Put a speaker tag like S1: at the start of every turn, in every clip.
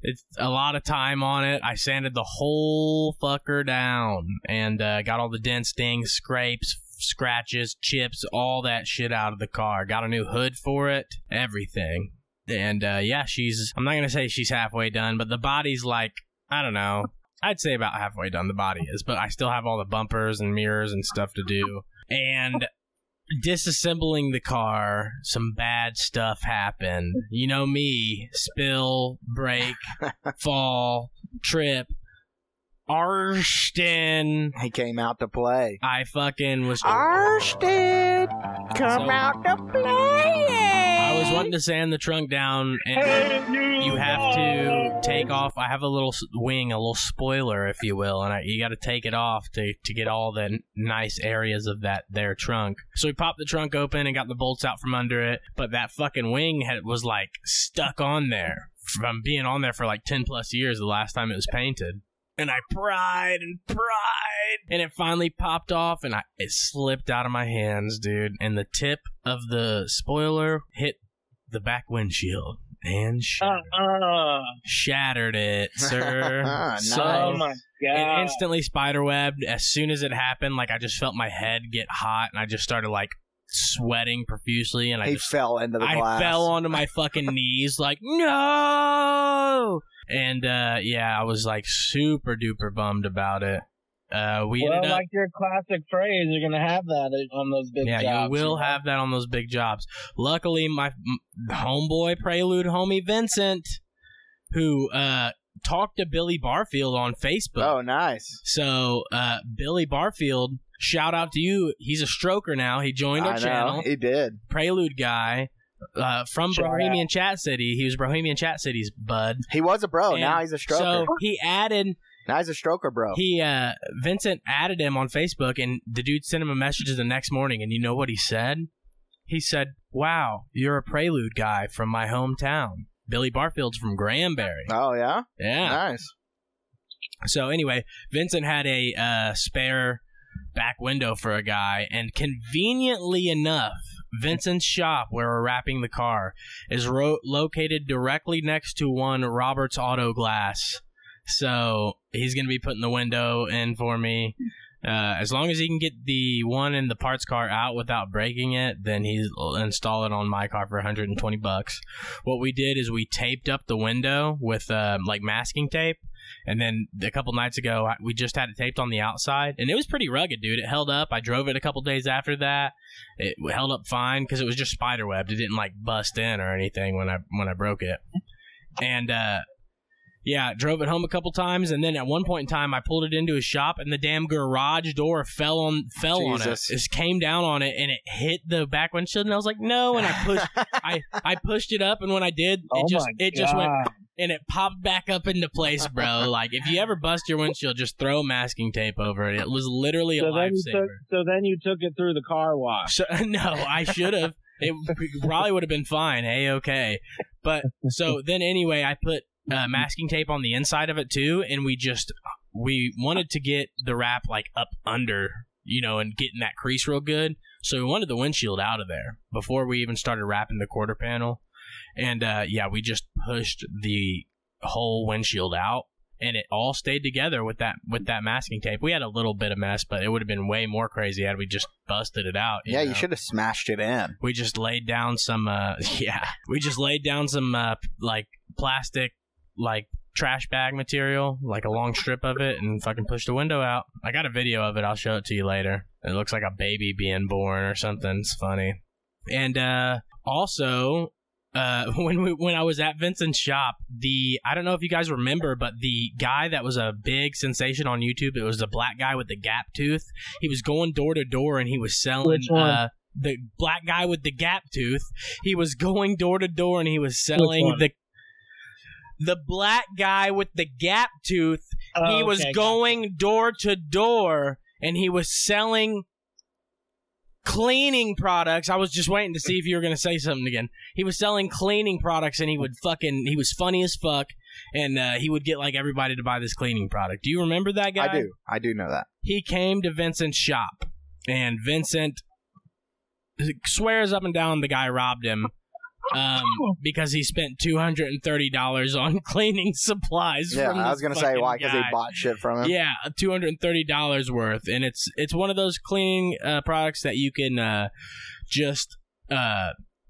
S1: it's a lot of time on it. I sanded the whole fucker down and uh, got all the dents, dings, scrapes, scratches, chips, all that shit out of the car. Got a new hood for it, everything. And uh, yeah, she's. I'm not gonna say she's halfway done, but the body's like I don't know. I'd say about halfway done. The body is, but I still have all the bumpers and mirrors and stuff to do. And disassembling the car, some bad stuff happened. You know me, spill, break, fall, trip. Arston,
S2: He came out to play.
S1: I fucking was.
S2: Arsted, come
S1: So-
S2: out to play.
S1: I was wanting to sand the trunk down, and
S3: Hey, you,
S1: you have to take off. I have a little s- wing, a little spoiler, if you will, and I, you got to take it off to, to get all the n- nice areas of that there trunk. So we popped the trunk open and got the bolts out from under it, but that fucking wing had, was like stuck on there from being on there for like 10 plus years the last time it was painted. And I pried and pried, and it finally popped off, and I, it slipped out of my hands, dude. And the tip of the spoiler hit the back windshield and
S2: Oh.
S1: shattered
S3: Uh-uh.
S1: shattered it, sir.
S2: Nice.
S3: Oh,
S1: So
S3: my
S1: it
S3: God.
S1: instantly spiderwebbed. As soon as it happened, like I just felt my head get hot, and I just started like sweating profusely, and I
S2: He
S1: just
S2: fell into the
S1: I
S2: glass.
S1: fell onto my fucking knees, like no. And uh, yeah, I was like super duper bummed about it. Uh, we
S3: well,
S1: ended up.
S3: like your classic phrase, you're going to have that on those big
S1: yeah,
S3: jobs.
S1: you will
S3: know?
S1: have that on those big jobs. Luckily, my m- homeboy prelude homie Vincent, who uh, talked to Billy Barfield on Facebook,
S2: Oh, nice.
S1: So, uh, Billy Barfield, shout out to you. He's a stroker now. He joined our
S2: I know.
S1: channel.
S2: He did.
S1: Prelude guy uh, from
S3: Shout
S1: Bohemian Chat City. He was Bohemian Chat City's bud.
S2: He was a bro.
S1: And
S2: now he's a stroker.
S1: So he added
S2: now he's a stroker, bro.
S1: he uh, Vincent added him on Facebook, and the dude sent him a message the next morning. And you know what he said? He said, "Wow, you're a Prelude guy from my hometown. Billy Barfield's from Granbury.
S2: oh yeah,
S1: Yeah,
S2: nice.
S1: So anyway, Vincent had a uh, spare back window for a guy, and conveniently enough, Vincent's shop where we're wrapping the car is ro- located directly next to one Robert's Auto Glass. So he's gonna be putting the window in for me. Uh, as long as he can get the one in the parts car out without breaking it, then he'll install it on my car for 120 bucks. What we did is we taped up the window with um, like masking tape, and then a couple nights ago I- we just had it taped on the outside, and it was pretty rugged, dude. It held up. I drove it a couple days after that. It held up fine because it was just spider webbed. It didn't like bust in or anything when I when I broke it, and uh, yeah, drove it home a couple times, and then at one point in time, I pulled it into a shop, and the damn garage door fell on fell on it.
S2: Jesus.
S1: It came down on it, and it hit the back windshield, and I was like, no, and I pushed, I I pushed it up, and when I did, it
S3: oh
S1: just
S3: my
S1: it
S3: God.
S1: just went and it popped back up into place, bro. like if you ever bust your windshield, just throw masking tape over it. It was literally a
S3: So then, you took,
S1: lifesaver.
S3: so then you took it through the car wash.
S1: So, no, I should have. It probably would have been fine. Hey, okay. But so then anyway, I put uh, masking tape on the inside of it too, and we just we wanted to get the wrap like up under, you know, and getting that crease real good. So we wanted the windshield out of there before we even started wrapping the quarter panel. And uh, yeah, we just pushed the whole windshield out, and it all stayed together with that with that masking tape. We had a little bit of mess, but it would have been way more crazy had we just busted it out.
S2: Yeah, you
S1: know?
S2: should have smashed it in.
S1: we just laid down some uh yeah we just laid down some uh p- like plastic like trash bag material like a long strip of it and fucking pushed the window out i got a video of it i'll show it to you later it looks like a baby being born or something it's funny and uh also uh when we when i was at vincent's shop the i don't know if you guys remember but the guy that was a big sensation on youtube it was the black guy with the gap tooth he was going door to door and he was selling
S3: Which one?
S1: uh the black guy with the gap tooth. He was going door to door and he was selling
S3: one?
S1: the the black guy with the gap tooth. he
S3: Oh,
S1: was
S3: okay,
S1: going door to door and he was selling cleaning products. I was just waiting to see if you were going to say something again. He was selling cleaning products and he would fucking he was funny as fuck and uh, he would get like everybody to buy this cleaning product. Do you remember that guy?
S2: I do. I do know that.
S1: he came to Vincent's shop, and Vincent swears up and down the guy robbed him um, because he spent two hundred and thirty dollars on cleaning supplies.
S2: Yeah,
S1: from
S2: I
S1: this
S2: was gonna say
S1: fucking
S2: why because they
S1: guy.
S2: bought shit from him.
S1: Yeah, two hundred and thirty dollars worth, and it's it's one of those cleaning uh, products that you can uh, just uh,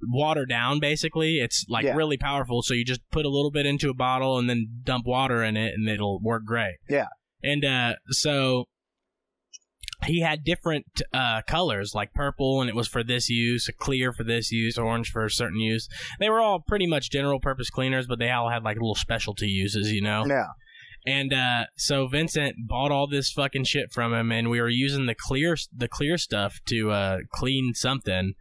S1: water down. Basically, it's like
S2: Yeah.
S1: really powerful. So you just put a little bit into a bottle and then dump water in it, and it'll work great.
S2: Yeah.
S1: and uh, so he had different uh, colors, like purple, and it was for this use, clear for this use, orange for a certain use. They were all pretty much general purpose cleaners, but they all had like little specialty uses, you know.
S2: Yeah.
S1: And uh, so Vincent bought all this fucking shit from him, and we were using the clear the clear stuff to uh, clean something.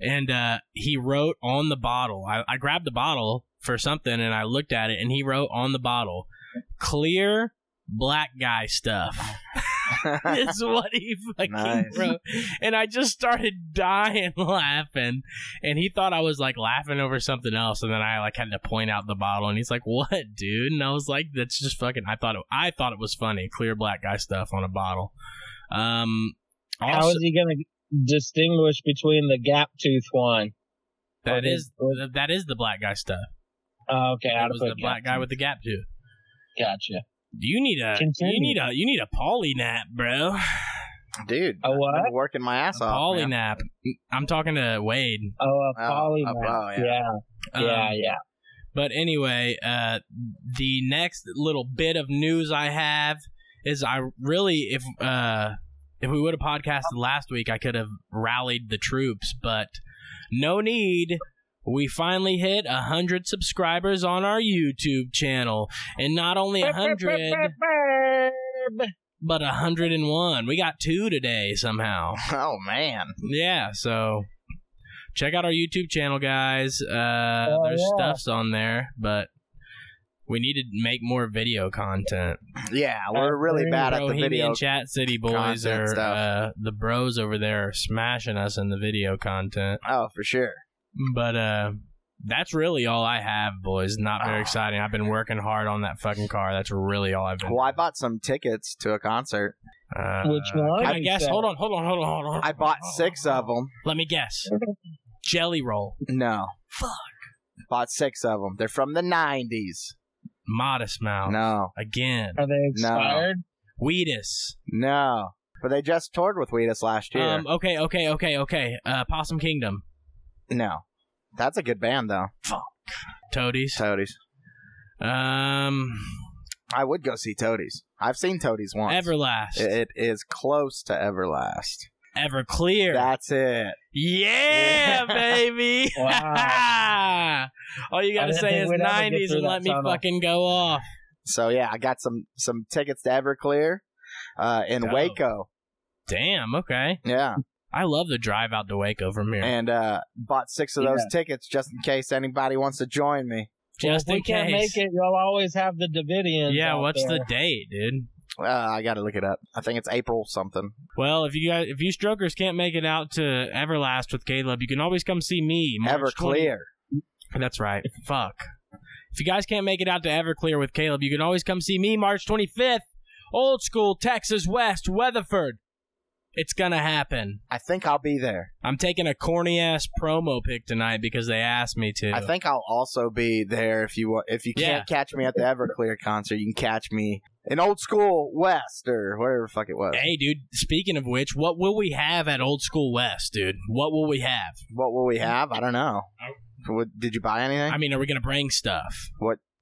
S1: And uh, he wrote on the bottle. I, I grabbed the bottle for something, and I looked at it, and he wrote on the bottle, "Clear black guy stuff." is what he fucking
S2: Nice.
S1: wrote. And I just started dying laughing. And he thought I was like laughing over something else. And then I like had to point out the bottle and he's like, What, dude? And I was like, That's just fucking I thought it I thought it was funny. Clear black guy stuff on a bottle. Um
S3: gotcha.
S1: also,
S3: How is he going to distinguish between the gap tooth one?
S1: that
S3: Or
S1: is
S3: the-
S1: that is the black guy stuff.
S3: Oh, okay, I
S1: That was the black guy with the gap tooth.
S3: Gotcha.
S1: You need a
S3: Continue.
S1: you need a you need a poly nap, bro.
S2: Dude,
S3: A what?
S2: I've been working my ass off.
S1: poly
S2: man.
S1: nap. I'm talking to Wade.
S3: Oh, a
S2: Oh,
S3: polymer.
S2: a poly,
S3: yeah, yeah,
S1: Um,
S3: yeah, yeah.
S1: But anyway, uh, the next little bit of news I have is I really if uh, if we would have podcasted last week, I could have rallied the troops, but no need. We finally hit a hundred subscribers on our YouTube channel, and not only a hundred, but a hundred and one. We got two today somehow.
S2: Oh man.
S1: Yeah, so check out our YouTube channel, guys. Uh, there's
S3: yeah.
S1: stuffs on there, but we need to make more video content.
S2: Yeah, we're really
S3: Bring
S2: bad at the
S1: Bohemian
S2: video.
S1: Chat City boys
S2: content
S1: are
S2: stuff.
S1: uh, the bros over there are smashing us in the video content.
S2: Oh, for sure.
S1: But uh, that's really all I have, boys. Not very
S2: Ah.
S1: exciting. I've been working hard on that fucking car. That's really all I've been.
S2: Well, I bought some tickets to a concert.
S1: Uh,
S3: Which one?
S1: I guess. Hold on, hold on, hold on, hold on.
S2: I bought six of them.
S1: Let me guess. Jelly roll.
S2: No.
S1: Fuck.
S2: Bought six of them. They're from the 90s.
S1: Modest mouth.
S2: No,
S3: Uh,
S1: Again.
S3: Are they expired?
S1: Wheatus.
S2: no. But they just toured with Wheatus last year.
S1: Um, okay, okay, okay, okay. Uh, Possum Kingdom,
S2: no. That's a good band, though.
S1: Toadies.
S2: Toadies.
S1: Um,
S2: I would go see Toadies. I've seen Toadies once.
S1: Everlast,
S3: Eh,
S2: It is close to Everlast.
S1: Everclear.
S2: That's it. Yeah.
S1: yeah, baby.
S3: Wow.
S1: All you gotta
S3: didn't
S1: say
S3: think
S1: is
S3: we'd ever get
S1: '90s
S3: through
S1: and
S3: that
S1: let me
S3: tunnel.
S1: fucking go off.
S2: So yeah, I got some some tickets to Everclear uh, in
S1: Dope.
S2: Waco.
S1: Damn. Okay.
S2: Yeah,
S1: I love the drive out to Waco from
S3: Eh,
S1: here.
S2: and uh, bought six of those tickets just in case anybody wants to join me.
S1: Just
S3: If we
S1: in
S3: can't
S1: case.
S3: make it, you'll always have the Davidians.
S1: yeah.
S3: out
S1: What's
S3: there.
S1: the date, dude?
S2: Uh, I got to look it up. I think it's April something.
S1: Well, if you guys, if you strokers can't make it out to Everlast with Caleb, you can always come see me. March
S2: Everclear.
S1: And That's right. Fuck. If you guys can't make it out to Everclear with Caleb, you can always come see me March 25th, old school Texas West, Weatherford. It's gonna happen.
S2: I think I'll be there.
S1: I'm taking a corny ass promo pic tonight because they asked me to.
S2: I think I'll also be there if you want. If you can't catch me at the Everclear concert, you can catch me in old school West or whatever the fuck it was.
S1: Hey, dude. Speaking of which, what will we have at Old School West, dude? What will we have?
S2: What will we have? I don't know.
S1: Oh.
S2: What, did you buy anything?
S1: I mean, are we gonna bring stuff?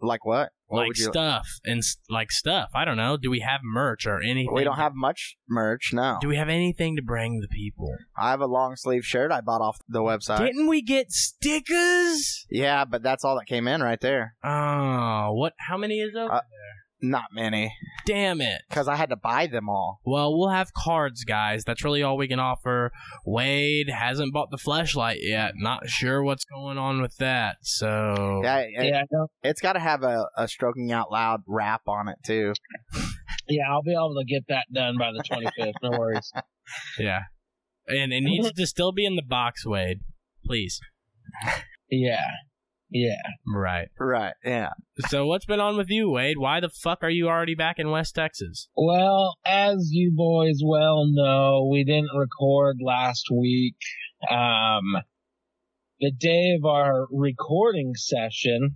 S2: like what? What
S1: like
S2: would you?
S1: stuff and s- like stuff. I don't know. Do we have merch or anything?
S2: We don't have much merch. No,
S1: Do we have anything to bring the people?
S2: I have a long sleeve shirt I bought off the website.
S1: Didn't we get stickers?
S2: yeah, but that's all that came in right there.
S1: Oh, what? How many is those?
S2: Uh, Not many,
S1: Damn it.
S2: because I had to buy them all.
S1: Well, we'll have cards, guys. That's really all we can offer. Wade hasn't bought the flashlight yet. Not sure what's going on with that. So
S2: Yeah, it,
S3: Yeah, I don't-
S2: has got to have a, a stroking out loud rap on it too.
S3: yeah, I'll be able to get that done by the 25th. No worries.
S1: yeah, and it needs to still be in the box, Wade. Please.
S3: Yeah, yeah.
S1: Right.
S2: Right? Yeah.
S1: So what's been on with you, Wade? Why the fuck are you already back in West Texas?
S3: Well, as you boys well know, we didn't record last week. Um, the day of our recording session,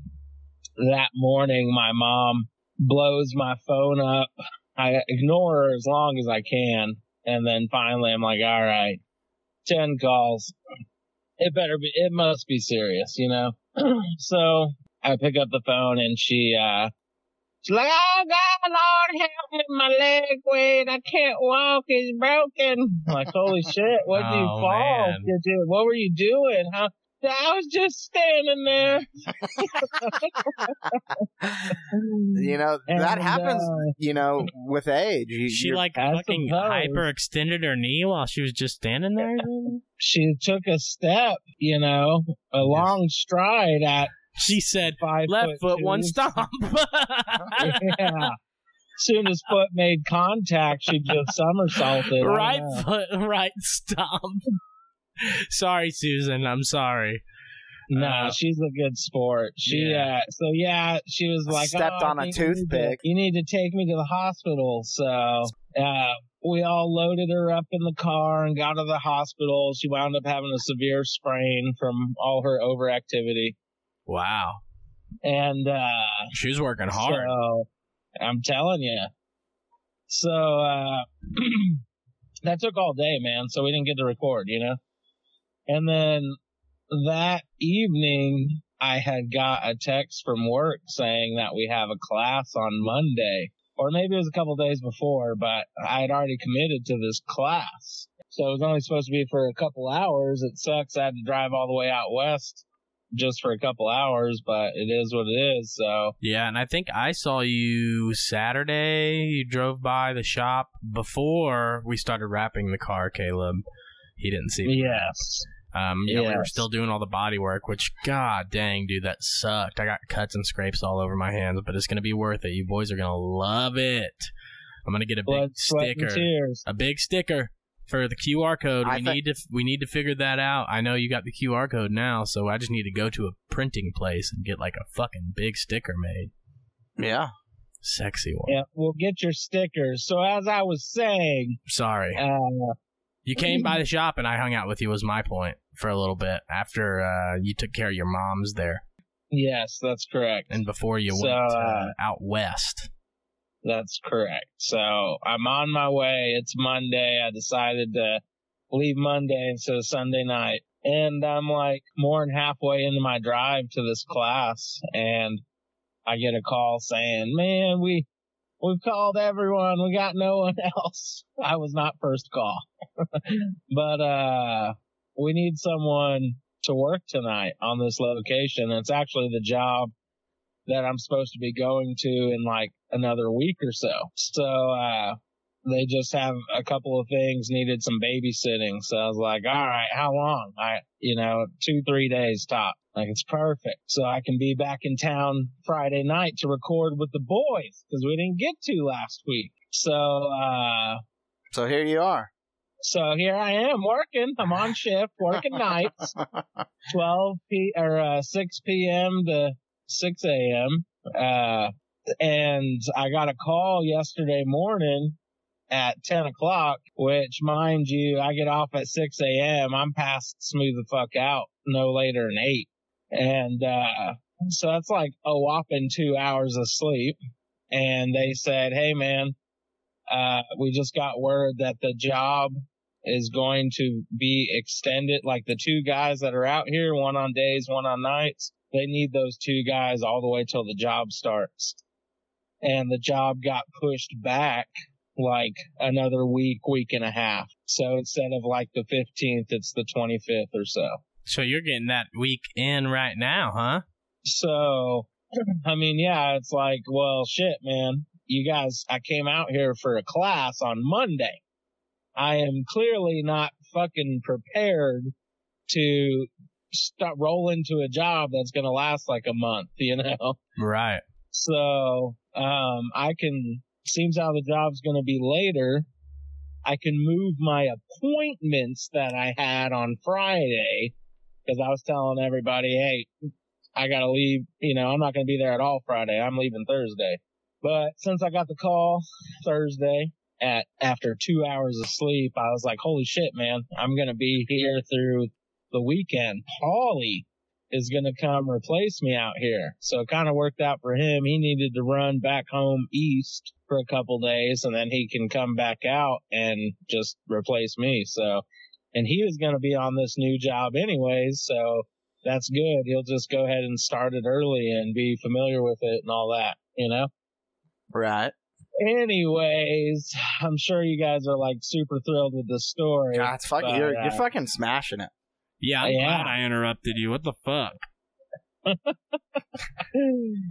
S3: that morning, my mom blows my phone up. I ignore her as long as I can. And then finally, I'm like, all right, 10 calls. It better be, it must be serious, you know? so I pick up the phone and she, uh, She's like, oh God, Lord, help me, my leg wait, I can't walk, it's broken. I'm like, holy shit, what did you
S1: Oh,
S3: fall?
S1: man.
S3: Did you, what were you doing? How? I was just standing there.
S2: You know that
S3: Mm-hmm. And,
S2: happens.
S3: uh,
S2: You know, with age, you,
S1: She
S2: you're-
S1: like
S3: I
S1: fucking
S3: suppose.
S1: hyperextended her knee while she was just standing there.
S3: she took a step, you know, a long stride at
S1: She said,
S3: five
S1: "Left foot,
S3: two.
S1: one stomp."
S3: Yeah. Soon as foot made contact, she just somersaulted. I
S1: right
S3: know.
S1: foot, right stomp. sorry, Susan. I'm sorry.
S3: No,
S1: Uh,
S3: she's a good sport. She,
S1: yeah.
S3: uh, so yeah, she was like,
S2: Stepped
S3: "Oh, I
S2: on a
S3: think you need to-
S2: toothpick."
S3: You need, to, take me to the hospital. So, uh, we all loaded her up in the car and got her to the hospital. She wound up having a severe sprain from all her overactivity.
S1: Wow,
S3: And, uh,
S1: she was working hard.
S3: So, I'm telling you. So, uh, that took all day, man. So we didn't get to record, you know? And then that evening, I had got a text from work saying that we have a class on Monday, or maybe it was a couple days before, but I had already committed to this class. So it was only supposed to be for a couple hours. It sucks. I had to drive all the way out west just for a couple hours, but it is what it is. So
S1: Yeah, and I think I saw you Saturday. You drove by the shop before we started wrapping the car, Caleb. He didn't see me.
S3: Yes.
S1: Um, you know, we were
S3: Yes.
S1: still doing all the body work, which, god dang, dude, that sucked. I got cuts and scrapes all over my hands, but it's going to be worth it. You boys are going to love it. I'm going to get a big
S3: Blood, sweat, and
S1: sticker.
S3: tears.
S1: A big sticker for the QR code.
S2: I
S1: we
S2: thi-
S1: need to we need to figure that out. I know you got the QR code now, so I just need to go to a printing place and get like a fucking big sticker made.
S2: yeah.
S1: Sexy one.
S3: Yeah, we'll get your stickers. So as I was saying,
S1: Sorry.
S3: uh,
S1: You came by the shop and I hung out with you was my point for a little bit after uh, you took care of your mom's there.
S3: yes, that's correct.
S1: and before you
S3: So,
S1: went uh,
S3: uh,
S1: out west.
S3: That's correct. So I'm on my way. It's Monday. I decided to leave Monday instead of Sunday night. And I'm like more than halfway into my drive to this class and I get a call saying, man, we, we've called everyone. We got no one else. I was not first call, but, uh, we need someone to work tonight on this location. It's actually the job that I'm supposed to be going to in like another week or so. So, uh, they just have a couple of things needed some babysitting. So I was like, all right, how long? I, you know, two, three days top. Like it's perfect. So I can be back in town Friday night to record with the boys because we didn't get to last week. So, uh,
S2: So here you are.
S3: so here I am working. I'm on shift, working nights, 12 p or uh, 6 p.m. to 6 a.m. Uh, and I got a call yesterday morning at 10 o'clock, which mind you, I get off at 6 a.m. I'm past smooth the fuck out no later than eight. And, uh, so that's like a whopping two hours of sleep. And they said, Hey man, uh, we just got word that the job is going to be extended. Like the two guys that are out here, one on days, one on nights, they need those two guys all the way till the job starts. And the job got pushed back like another week, week and a half. So instead of like the 15th, it's the 25th or so.
S1: So you're getting that week in right now, huh?
S3: So, I mean, yeah, it's like, well, shit, man. You guys, I came out here for a class on Monday. I am clearly not fucking prepared to start roll into a job that's going to last like a month, you know?
S1: Right.
S3: So, um, I can, seems how the job's going to be later. I can move my appointments that I had on Friday because I was telling everybody, Hey, I got to leave. You know, I'm not going to be there at all Friday. I'm leaving Thursday. But since I got the call Thursday at after two hours of sleep, I was like, Holy shit, man, I'm going to be here through the weekend. Paulie is going to come replace me out here. So it kind of worked out for him. He needed to run back home east for a couple days and then he can come back out and just replace me. So, and he was going to be on this new job anyways. So that's good. He'll just go ahead and start it early and be familiar with it and all that, you know?
S2: Right.
S3: Anyways, I'm sure you guys are like super thrilled with this story.
S2: God, it's fucking,
S3: But,
S2: you're,
S3: uh,
S2: you're fucking smashing it.
S1: Yeah, I'm
S3: Yeah.
S1: glad I interrupted you. What the fuck?
S2: In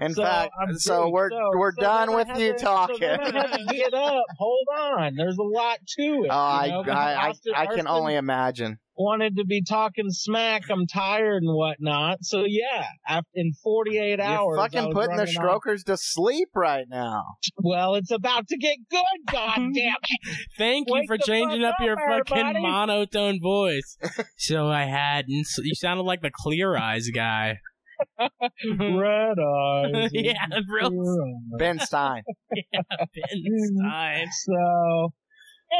S3: Mm. So,
S2: fact,
S3: I'm
S2: so
S3: pretty-
S2: we're
S3: so-
S2: we're
S3: so
S2: done
S3: then I
S2: with
S3: had
S2: you
S3: to- so
S2: talking.
S3: then I had to get up. Hold on. There's a lot to it.
S2: Oh, I,
S3: you know, 'cause
S2: I, I,
S3: Austin-
S2: I can
S3: Austin
S2: only imagine.
S3: wanted to be talking smack. I'm tired and whatnot. So yeah, af- in 48
S2: You're
S3: hours, I
S2: fucking
S3: was
S2: putting the
S3: running on-
S2: strokers to sleep right now.
S3: Well, it's about to get good. God damn it!
S1: Thank you
S3: Wake
S1: for
S3: the
S1: changing
S3: fuck
S1: up your
S3: up,
S1: fucking
S3: everybody.
S1: monotone voice. so I had, and so you sounded like the Clear Eyes guy.
S3: Red eyes.
S1: yeah, real
S3: Red eyes.
S2: Ben Stein.
S1: spin time.
S3: So.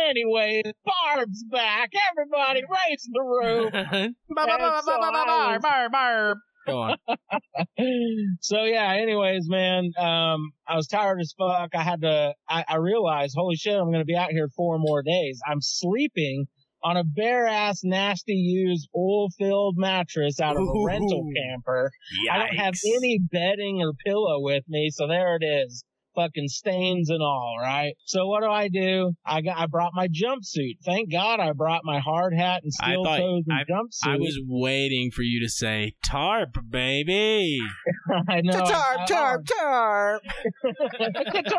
S3: Anyway, Barb's back. Everybody race the room.
S2: Bar, bar, bar, bar, bar, bar, bar, bar.
S1: Go on.
S3: so yeah, anyways, man, um, I was tired as fuck. I had to, I, I realized, holy shit, I'm going to be out here four more days. I'm sleeping on a bare ass, nasty used oil filled mattress out of a
S1: Ooh.
S3: rental camper. I don't have
S1: Yikes.
S3: any bedding or pillow with me. So there it is. Fucking stains and all, right? So what do I do? I got, I brought my jumpsuit. Thank God I brought my hard hat and
S1: I
S3: steel
S1: thought-
S3: toes and jumpsuit.
S1: I was waiting for you to say tarp, baby.
S3: I know.
S2: Tarp,
S3: I-
S2: tarp, tarp.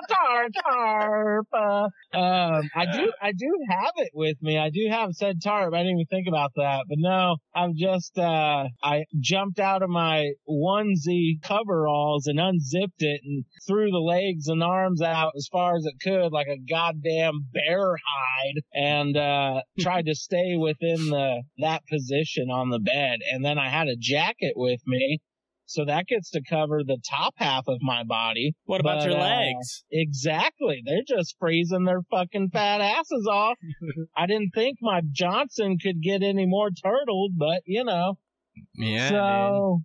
S3: tarp, tarp. uh, Um, I do, I do have it with me. I do have said tarp. I didn't even think about that, but no, I'm just, uh, I jumped out of my onesie coveralls and unzipped it and threw the legs and arms out as far as it could, like a goddamn bear hide, and uh, tried to stay within the that position on the bed. And then I had a jacket with me. So that gets to cover the top half of my body.
S1: What about
S3: But,
S1: your
S3: uh,
S1: legs?
S3: Exactly. They're just freezing their fucking fat asses off. I didn't think my Johnson could get any more turtled, but you know.
S1: Yeah.
S3: so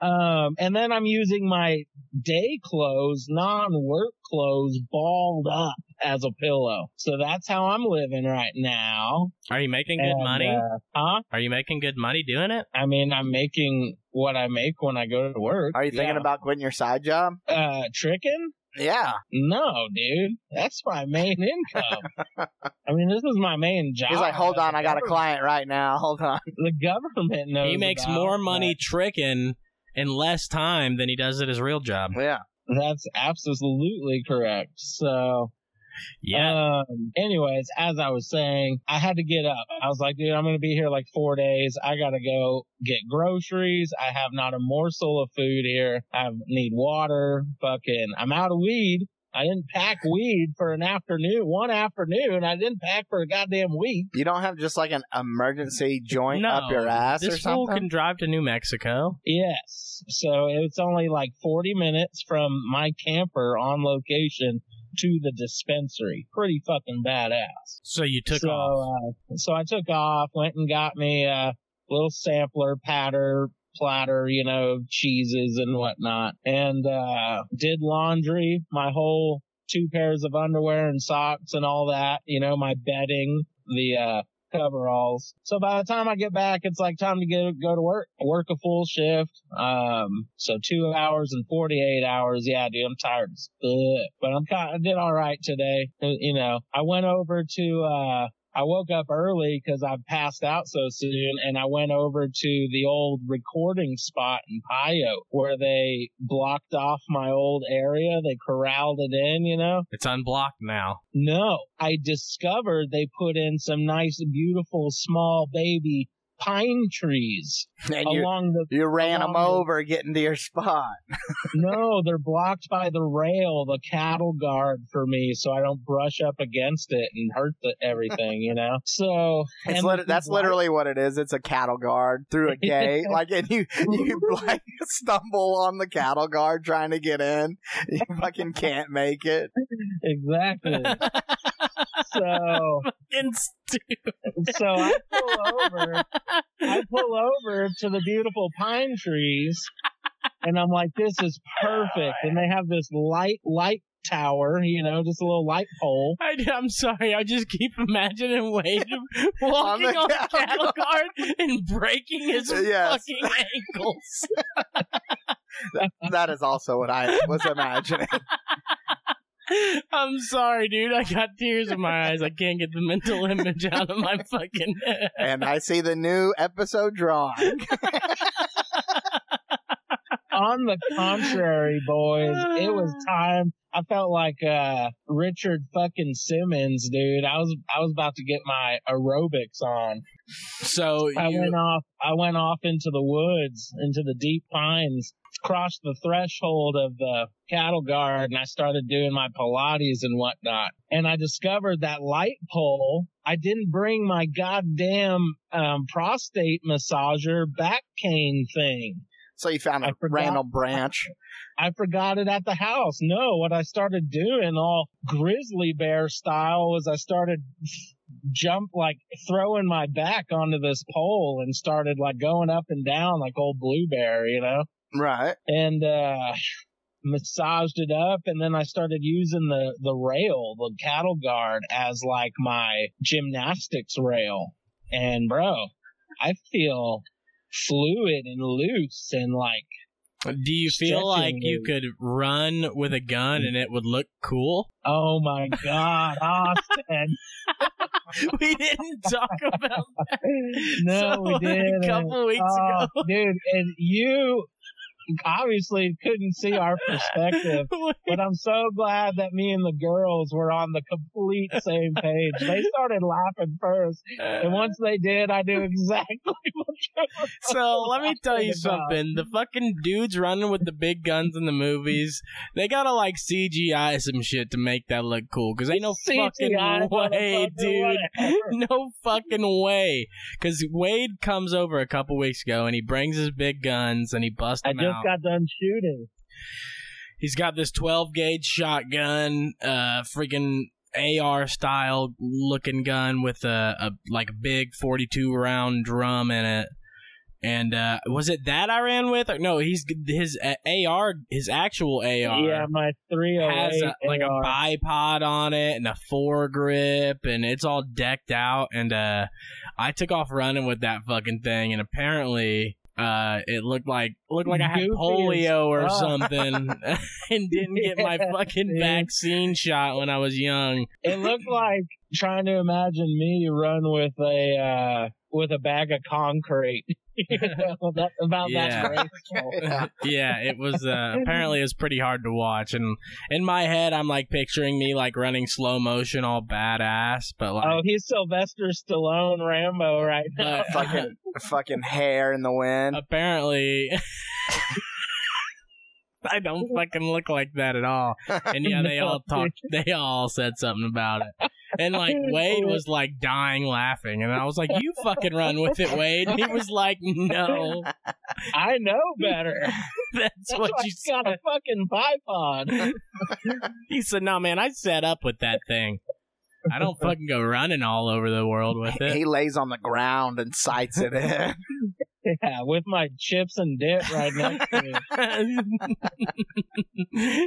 S3: Um, and then I'm using my day clothes, non-work clothes, balled up as a pillow. So that's how I'm living right now.
S1: Are you making good
S3: And,
S1: money?
S3: uh, huh?
S1: Are you making good money doing it?
S3: I mean, I'm making what I make when I go to work.
S2: Are you thinking about quitting your side job?
S3: uh tricking?
S2: Yeah.
S3: No, dude. That's my main income. I mean, this is my main job.
S2: He's like, hold on, I got a
S3: The
S2: client right now. Hold on.
S3: government- The government knows.
S1: He makes
S3: about
S1: more
S3: it,
S1: money tricking in less time than he does at his real job.
S2: Yeah.
S3: but That's absolutely correct. So,
S1: Yeah.
S3: Um, anyways, as I was saying, I had to get up. I was like, dude, I'm going to be here like four days. I got to go get groceries. I have not a morsel of food here. I need water. Fucking, I'm out of weed. I didn't pack weed for an afternoon, one afternoon. I didn't pack for a goddamn week.
S2: You don't have just like an emergency joint
S1: no,
S2: up your ass
S1: this
S2: or
S1: fool
S2: something?
S1: can drive to New Mexico.
S3: Yes. So it's only like 40 minutes from my camper on location to the dispensary. Pretty fucking badass.
S1: So you took
S3: so,
S1: off.
S3: Uh, so I took off, went and got me a little sampler, patter, platter, you know, of cheeses and whatnot. And, uh, did laundry, my whole two pairs of underwear and socks and all that, you know, my bedding, the, uh, coveralls. So by the time I get back, it's like time to go go to work, work a full shift. Um, so two hours and 48 hours. Yeah, dude, I'm tired as fuck, but I'm kind I did all right today. Uh, You know, I went over to, uh, I woke up early because I passed out so soon and I went over to the old recording spot in Pio where they blocked off my old area. They corralled it in, you know?
S1: It's unblocked now.
S3: No, I discovered they put in some nice, beautiful, small baby pine trees
S2: and you,
S3: along the.
S2: you ran him
S3: along the-
S2: over getting to your spot.
S3: No, they're blocked by the rail, the cattle guard for me, so I don't brush up against it and hurt the, everything, you know. So
S2: It's
S3: and
S2: lit-
S3: the
S2: that's
S3: light-
S2: literally what it is. It's a cattle guard through a gate. like, and you, you like stumble on the cattle guard trying to get in. You fucking can't make it.
S3: exactly. so so I pull over. I pull over to the beautiful pine trees and I'm like, this is perfect. And they have this light, light tower, you know, just a little light pole.
S1: I, am sorry. I just keep imagining Wade walking
S2: On
S1: on
S2: the
S1: the, cattle guard and breaking his
S2: Yes.
S1: fucking ankles.
S2: That is also what I was imagining.
S1: I'm sorry, dude. I got tears in my eyes. I can't get the mental image out of my fucking head.
S2: and I see the new episode drawing.
S3: On the contrary, boys, it was time. I felt like, uh, Richard fucking Simmons, dude. I was, I was about to get my aerobics on.
S1: So
S3: I
S1: you,
S3: went off. I went off into the woods, into the deep pines, crossed the threshold of the cattle guard, and I started doing my Pilates and whatnot. And I discovered that light pole. I didn't bring my goddamn um, prostate massager back cane thing.
S2: So you found
S3: I
S2: a
S3: forgot.
S2: random branch.
S3: I forgot it at the house. No, what I started doing all grizzly bear style was I started jump like throwing my back onto this pole and started like going up and down like old blue bear, you know?
S2: Right.
S3: And uh massaged it up and then I started using the the rail, the cattle guard as like my gymnastics rail. And bro, I feel fluid and loose and like
S1: do you feel like
S3: Stretching
S1: you
S3: is-
S1: could run with a gun and it would look cool?
S3: Oh my God, Austin!
S1: We didn't talk about
S3: no,
S1: so
S3: we did
S1: a couple weeks
S3: oh, dude. And you obviously couldn't see our perspective,
S1: ago.
S3: but I'm so glad that me and the girls were on the complete same page. They started laughing first, and once they did, I knew exactly what you were
S1: So let me tell you
S3: Talking about.
S1: something. The fucking dudes running with the big guns in the movies, they gotta like CGI some shit to make that look cool. Cause ain't no
S3: CGI,
S1: fucking way,
S3: motherfucker,
S1: dude.
S3: whatever.
S1: No fucking way. Cause Wade comes over a couple weeks ago and he brings his big guns and he busts
S3: I
S1: them
S3: just
S1: out.
S3: got done shooting.
S1: He's got this 12 gauge shotgun, uh, freaking AR style looking gun with a, a like a big 42 round drum in it. And uh, was it that I ran with? Or, no, he's his uh, AR, his actual AR.
S3: Yeah, my 308
S1: has a, like a
S3: AR.
S1: bipod on it and a foregrip and it's all decked out and uh I took off running with that fucking thing and apparently uh it looked like looked like I had
S3: Goofy as
S1: polio or
S3: fuck.
S1: something and didn't get my
S3: Yeah,
S1: fucking
S3: dude.
S1: vaccine shot when I was young.
S3: It looked like trying to imagine me run with a uh, with a bag of concrete. You know, that, about
S1: Yeah.
S3: that graceful.
S2: Yeah.
S1: yeah, it was uh, apparently it was pretty hard to watch and in my head I'm like picturing me like running slow motion all badass but like
S3: Oh, he's Sylvester Stallone Rambo right now.
S1: but-
S2: fucking fucking hair in the wind.
S1: apparently I don't fucking look like that at all. And yeah, they all
S3: No, dude.
S1: talked they all said something about it. And like Wade was like dying laughing and I was like, You fucking run with it, Wade. And he was like, No,
S3: I know better.
S1: that's what
S3: That's
S1: you
S3: why I
S1: said.
S3: got a fucking bipod.
S1: He said, No man, I set up with that thing. I don't fucking go running all over the world with it.
S2: He lays on the ground and sights it in.
S3: yeah, with my chips and dip right next to me.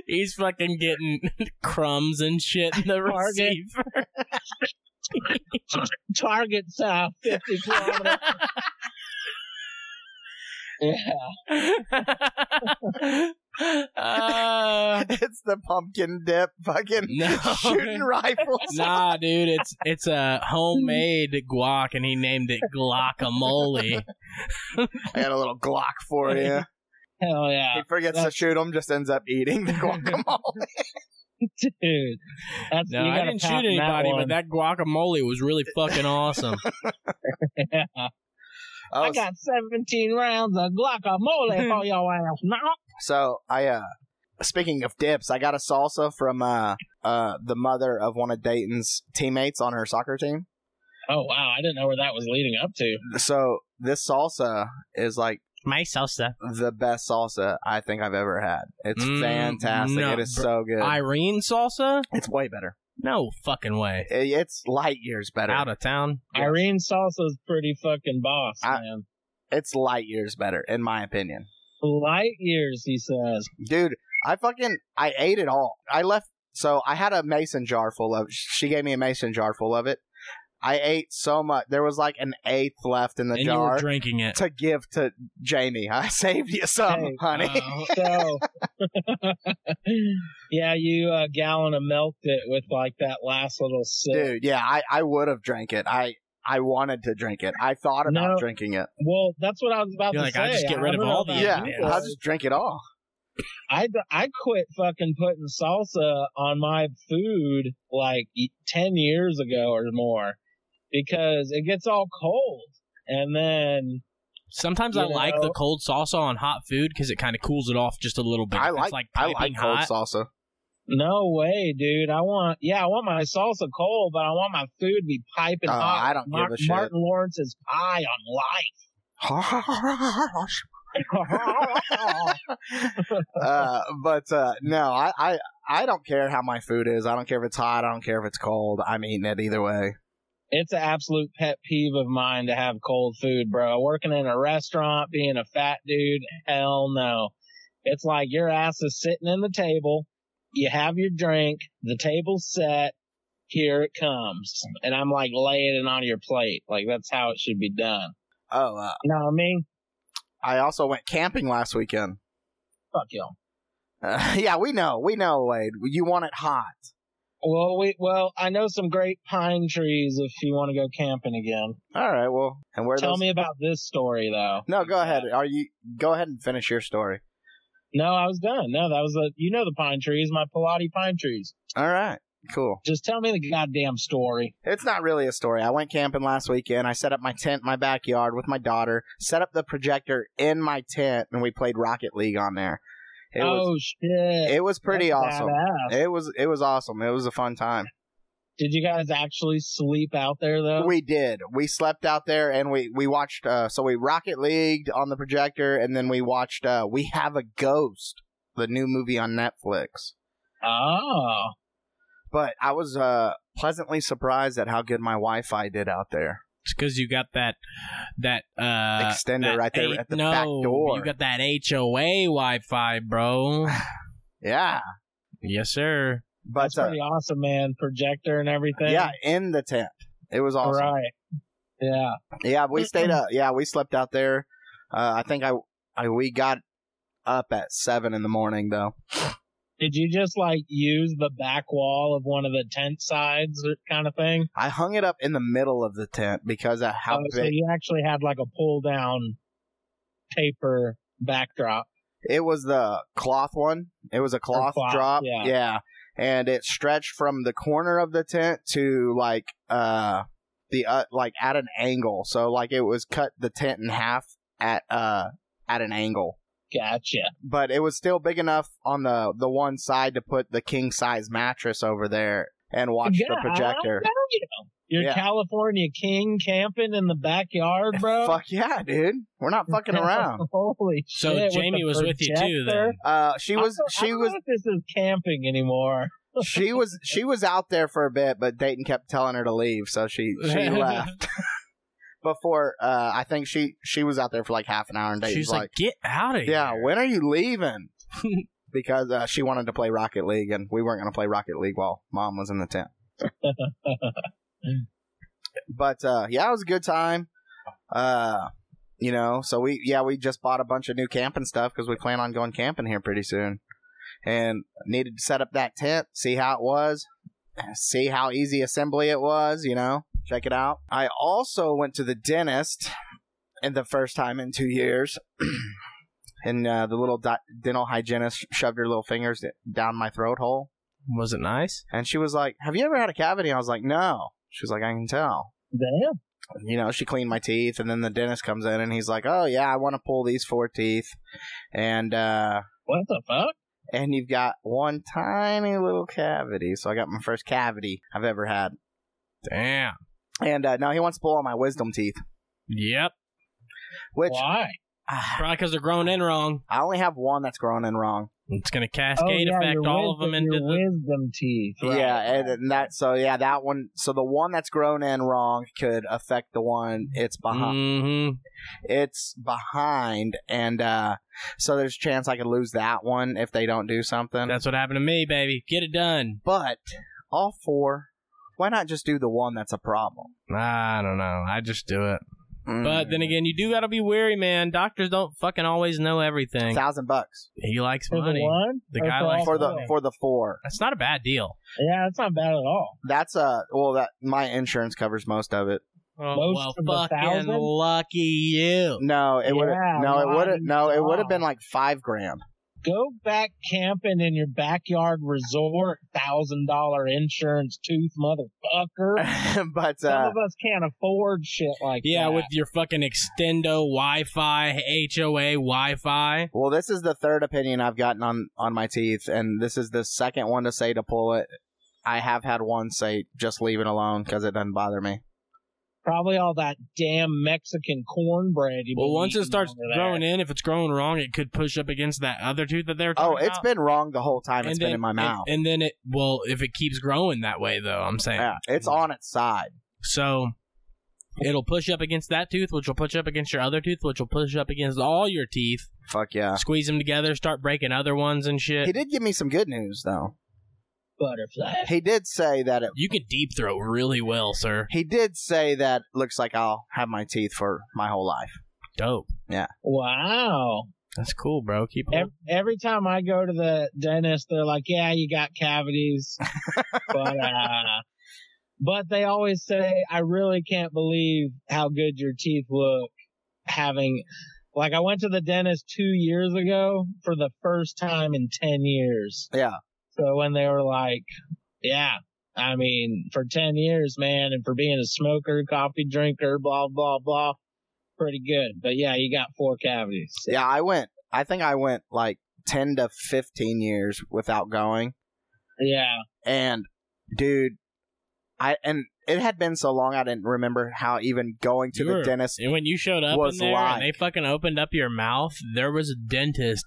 S1: He's fucking getting crumbs and shit in the
S3: Target.
S1: receiver.
S3: Target South, 50 kilometers. yeah.
S1: uh,
S2: it's the pumpkin dip fucking
S1: no.
S2: shooting rifles.
S1: Nah, dude, it's it's a homemade guac, and he named it guacamole.
S2: I got a little Glock for you.
S3: Hell
S2: He
S3: yeah,
S2: forgets to
S3: That's-
S2: shoot him, just ends up eating the guacamole.
S3: dude. That's,
S1: No,
S3: you
S1: I
S3: gotta
S1: didn't shoot
S3: patent
S1: anybody,
S3: that
S1: but that guacamole was really fucking awesome.
S3: one. Yeah.
S2: Oh,
S3: I got 17 rounds of guacamole for your ass now.
S2: so I uh speaking of dips, I got a salsa from uh uh the mother of one of Dayton's teammates on her soccer team.
S3: Oh, wow. I didn't know where that was leading up to.
S2: So this salsa is like
S1: My salsa.
S2: the best salsa I think I've ever had. It's
S1: Mm,
S2: fantastic.
S1: no,
S2: it is
S1: br-
S2: so good.
S1: Irene salsa?
S2: it's way better.
S1: No fucking way.
S2: I- It's light years better.
S1: Out of town.
S2: Yes.
S3: Irene Salsa's pretty fucking boss,
S2: I-
S3: man.
S2: it's light years better, in my opinion.
S3: Light years, he says.
S2: Dude, I fucking I ate it all. I left so I had a mason jar full of she gave me a mason jar full of it. I ate so much. There was like an eighth left in the
S1: and you were
S2: jar
S1: drinking it.
S2: to give to Jamie. I saved you some,
S3: Hey,
S2: honey.
S1: Oh.
S3: So, yeah, you uh, gallon of milked it with like that last little sip.
S2: Dude, yeah, I, I would have drank it. I I wanted to drink it. I thought about
S3: No.
S2: drinking it.
S3: Well, that's what I was about
S1: You're
S3: to
S1: like,
S3: say.
S1: I'll just get rid of
S3: don't know
S1: all these,
S3: about
S2: Yeah,
S3: you
S1: man.
S2: I'll
S3: guys.
S2: just drink it all.
S3: I, I quit fucking putting salsa on my food like 10 years ago or more because it gets all cold. And then,
S1: Sometimes
S3: You
S1: I like
S3: know?
S1: the cold salsa on hot food because it kind of cools it off just a little bit.
S2: I
S1: If
S2: like,
S1: it's like
S2: I
S1: piping
S2: like cold
S1: hot.
S2: salsa.
S3: no way, dude. I want, yeah, I want my salsa cold, but I want my food to be piping
S2: Oh,
S3: hot.
S2: I don't give
S3: Martin,
S2: a shit.
S3: Martin Lawrence's pie on life.
S2: uh, but uh, no, I, I I don't care how my food is. I don't care if it's hot. I don't care if it's cold. I'm eating it either way.
S3: it's an absolute pet peeve of mine to have cold food, bro. Working in a restaurant, being a fat dude, hell no. It's like your ass is sitting in the table, you have your drink, the table's set, here it comes. And I'm like laying it on your plate. Like that's how it should be done.
S2: Oh, uh,
S3: You know what I mean?
S2: I also went camping last weekend.
S3: Fuck y'all.
S2: Uh, yeah, we know, we know, Wade. You want it hot.
S3: Well, we, well, I know some great pine trees if you want to go camping again.
S2: All right, well, and where? are
S3: Tell
S2: those-
S3: me about this story though.
S2: No, go ahead. Are you? Go ahead and finish your story.
S3: No, I was done. No, that was a, you know, the pine trees, my Pilate pine trees.
S2: All right, cool.
S3: Just tell me the goddamn story.
S2: It's not really a story. I went camping last weekend. I set up my tent in my backyard with my daughter. Set up the projector in my tent, and we played Rocket League on there. It
S3: oh
S2: was
S3: shit!
S2: it was pretty
S3: That's
S2: awesome.
S3: badass.
S2: It was it was awesome. It was a fun time.
S3: Did you guys actually sleep out there though?
S2: We did. We slept out there and we we watched. Uh, so we Rocket Leagued on the projector, and then we watched. Uh, we have a ghost, the new movie on Netflix.
S3: oh,
S2: But I was uh, pleasantly surprised at how good my Wi-Fi did out there.
S1: because you got that that uh
S2: Extender
S1: that
S2: right there
S1: eight-
S2: at the
S1: no,
S2: back door.
S1: You got that HOA Wi-Fi, bro.
S2: Yeah,
S1: yes, sir.
S2: but
S3: That's
S2: uh,
S3: pretty awesome, man. Projector and everything.
S2: yeah, in the tent, it was awesome.
S3: Right. Yeah.
S2: Yeah, we stayed up. Yeah, we slept out there. Uh, I think I, I we got up at seven in the morning though.
S3: Did you just like use the back wall of one of the tent sides kind of thing?
S2: I hung it up in the middle of the tent because of how
S3: Oh, so
S2: big
S3: you actually had like a pull down paper backdrop.
S2: it was. The cloth one. It was a cloth,
S3: cloth,
S2: drop.
S3: yeah.
S2: and it stretched from the corner of the tent to like uh the uh, like at an angle. So like it was cut the tent in half at uh at an angle.
S3: Gotcha.
S2: but it was still big enough on the the one side to put the king size mattress over there and watch the
S3: Yeah,
S2: projector.
S3: I tell you. You're
S2: Yeah.
S3: California king camping in the backyard, bro.
S2: Fuck yeah, dude. We're not fucking around.
S3: Holy
S1: So
S3: shit. with
S1: Jamie
S3: the
S1: was with you too,
S3: projector.
S1: then.
S2: Uh, she
S3: I
S2: was
S3: don't- I
S2: she
S3: don't
S2: was
S3: know if this is camping anymore.
S2: she was she was out there for a bit, but Dayton kept telling her to leave, so she she left before. Uh, I think she she was out there for like half an hour, and Dayton's
S1: She's like, "Get out of here!"
S2: "Yeah, when are you leaving?" because uh, she wanted to play Rocket League, and we weren't going to play Rocket League while Mom was in the tent. but uh, yeah, it was a good time. Uh, you know, so we yeah we just bought a bunch of new camping stuff because we plan on going camping here pretty soon, and needed to set up that tent, see how it was, see how easy assembly it was. You know, check it out. I also went to the dentist, and the first time in two years. And uh, the little di- dental hygienist shoved her little fingers down my throat hole.
S1: was it nice?
S2: And she was like, Have you ever had a cavity? I was like, No. She was like, I can tell
S3: Damn.
S2: you know, she cleaned my teeth, and then the dentist comes in and he's like, "Oh yeah, I want to pull these four teeth," and uh,
S3: What the fuck?
S2: and you've got one tiny little cavity. So I got my first cavity I've ever had,
S1: Damn.
S2: and uh, now he wants to pull all my wisdom teeth,
S1: Yep.
S2: which
S3: Why?
S2: ah,
S1: Probably because they're grown in wrong.
S2: I only have one that's grown in wrong.
S1: It's gonna cascade
S3: Oh, yeah,
S1: affect
S3: your
S1: all of them
S3: wisdom-
S1: into
S3: your
S1: the.
S3: wisdom teeth. right.
S2: Yeah, and, and that so yeah that one. So the one that's grown in wrong could affect the one it's behind.
S1: Mhm.
S2: It's behind, and uh, so there's a chance I could lose that one if they don't do something.
S1: That's what happened to me, baby. Get it done.
S2: but all four. Why not just do the one that's a problem?
S1: I don't know. I just do it. But
S2: Mm.
S1: then again, you do gotta be wary, man. Doctors don't fucking always know everything.
S2: thousand bucks
S1: He likes
S3: For the
S1: money.
S3: one?
S1: The
S3: Or
S1: guy
S3: for
S1: likes-
S3: all
S2: for the
S3: four?
S2: for the four.
S1: That's not a bad deal.
S3: Yeah, that's not bad at all.
S2: That's a well. That my insurance covers most of it.
S1: Oh,
S3: Most
S1: well,
S3: of the
S1: fucking
S3: thousand?
S1: lucky you.
S2: No, it would.
S3: Yeah,
S2: have no, it
S3: why
S2: would. have No, it would have
S3: not?
S2: been like five grand.
S3: Go back camping in your backyard resort, thousand dollar insurance tooth, motherfucker.
S2: but
S3: Some
S2: uh,
S3: of us can't afford shit like
S1: Yeah,
S3: that.
S1: with your fucking extendo Wi-Fi, HOA Wi-Fi.
S2: well, this is the third opinion I've gotten on on my teeth, and this is the second one to say to pull it. I have had one say just leave it alone because it doesn't bother me.
S3: probably all that damn Mexican cornbread. you
S1: Well,
S3: been
S1: once it
S3: eating
S1: starts
S3: over there.
S1: growing in, if it's growing wrong, it could push up against that other tooth that they're.
S2: Oh, it's
S1: talking about.
S2: been wrong the whole time. It's
S1: And
S2: been
S1: then-
S2: in my
S1: and-
S2: mouth.
S1: And, then it well, if it keeps growing that way, though, I'm saying
S2: yeah, it's
S1: Mm.
S2: on its side.
S1: so. It'll push up against that tooth, which will push up against your other tooth, which will push up against all your teeth.
S2: Fuck yeah.
S1: Squeeze them together, start breaking other ones and
S2: Ah. He
S1: shit.
S2: did give me some good news though.
S3: butterflies.
S2: He did say that it.
S1: You can deep throat really well, sir.
S2: He did say that looks like I'll have my teeth for my whole life.
S1: Dope.
S3: Wow.
S1: That's cool, bro. Keep it.
S3: Every, every time I go to the dentist, they're like, "Yeah, you got cavities," but uh, but they always say, "I really can't believe how good your teeth look." Having, like, I went to the dentist two years ago for the first time in ten years.
S2: Yeah.
S3: So when they were like, "Yeah." I mean, for 10 years, man, and for being a smoker, coffee drinker, blah, blah, blah, pretty good. But yeah, you got four cavities.
S2: Yeah, I went. I think I went like ten to fifteen years without going.
S3: Yeah.
S2: And dude, I and it had been so long I didn't remember how even going to
S1: Sure.
S2: the dentist.
S1: And when you showed up
S2: was
S1: in there
S2: like-
S1: and they fucking opened up your mouth, there was a dentist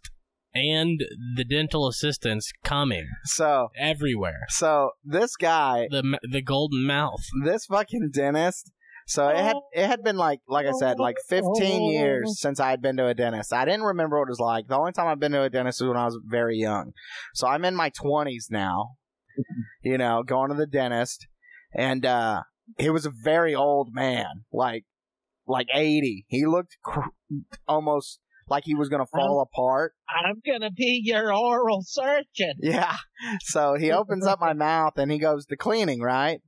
S1: and the dental assistants coming
S2: So
S1: everywhere.
S2: so this guy,
S1: The m- the golden mouth.
S2: this fucking dentist. So it had it had been like like I said like 15 years since I had been to a dentist. I didn't remember what it was like. The only time I've been to a dentist was when I was very young. So I'm in my 20s now. You know, going to the dentist and uh he was a very old man, like like 80. He looked cr- almost like he was going to fall apart.
S3: I'm gonna be your oral surgeon.
S2: Yeah. So he opens up my mouth and he goes to cleaning, right?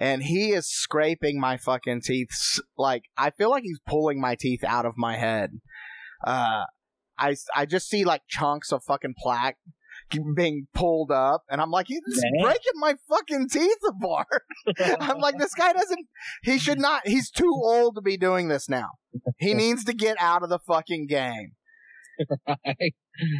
S2: And he is scraping my fucking teeth. s- Like, I feel like he's pulling my teeth out of my head. Uh, I, s- I just see like chunks of fucking plaque being pulled up. And I'm like, he's
S3: Man.
S2: breaking my fucking teeth apart. I'm like, this guy doesn't, he should not, he's too old to be doing this now. He needs to get out of the fucking game.
S3: Right.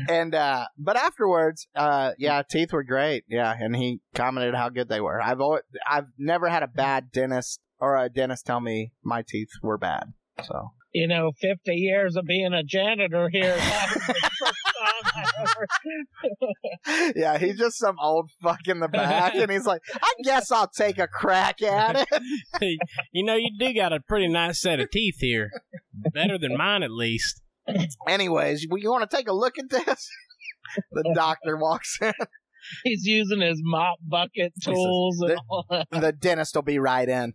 S2: And, uh, but afterwards, uh, yeah, teeth were great. Yeah. And he commented how good they were. I've always, I've never had a bad dentist or a dentist tell me my teeth were bad. So,
S3: you know, 50 years of being a janitor here. that was the first time I ever-
S2: yeah, he's just some old fuck in the back. and he's like, I guess I'll take a crack at it.
S1: you know, you do got a pretty nice set of teeth here. Better than mine, at least.
S2: Anyways, well, you want to take a look at this? the doctor walks in.
S3: He's using his mop bucket tools and all that.
S2: The dentist will be right in.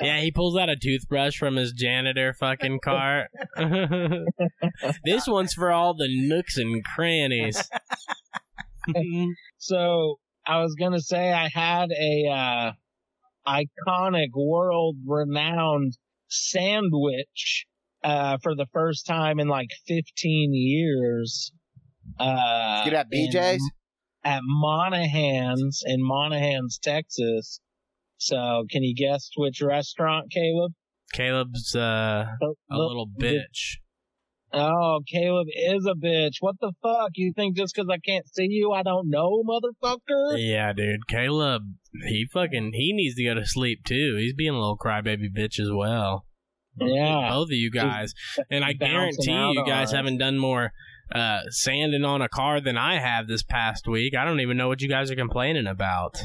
S1: Yeah, he pulls out a toothbrush from his janitor fucking cart. this one's for all the nooks and crannies.
S3: So I was gonna say I had a uh, iconic, world-renowned sandwich uh, for the first time in like 15 years. Uh,
S2: Get at
S3: in-
S2: BJ's?
S3: at Monahan's in Monahan's, Texas. So can you guess which restaurant, Caleb?
S1: Caleb's uh, a little bitch.
S3: Oh, Caleb is a bitch. What the fuck? You think just because I can't see you, I don't know, motherfucker?
S1: Yeah, dude. Caleb, he fucking he needs to go to sleep too. He's being a little crybaby bitch as well.
S3: Yeah.
S1: both of you guys. And I
S3: bouncing
S1: guarantee
S3: out
S1: you guys
S3: on it.
S1: haven't done more uh, sanding on a car than I have this past week. I don't even know what you guys are complaining about.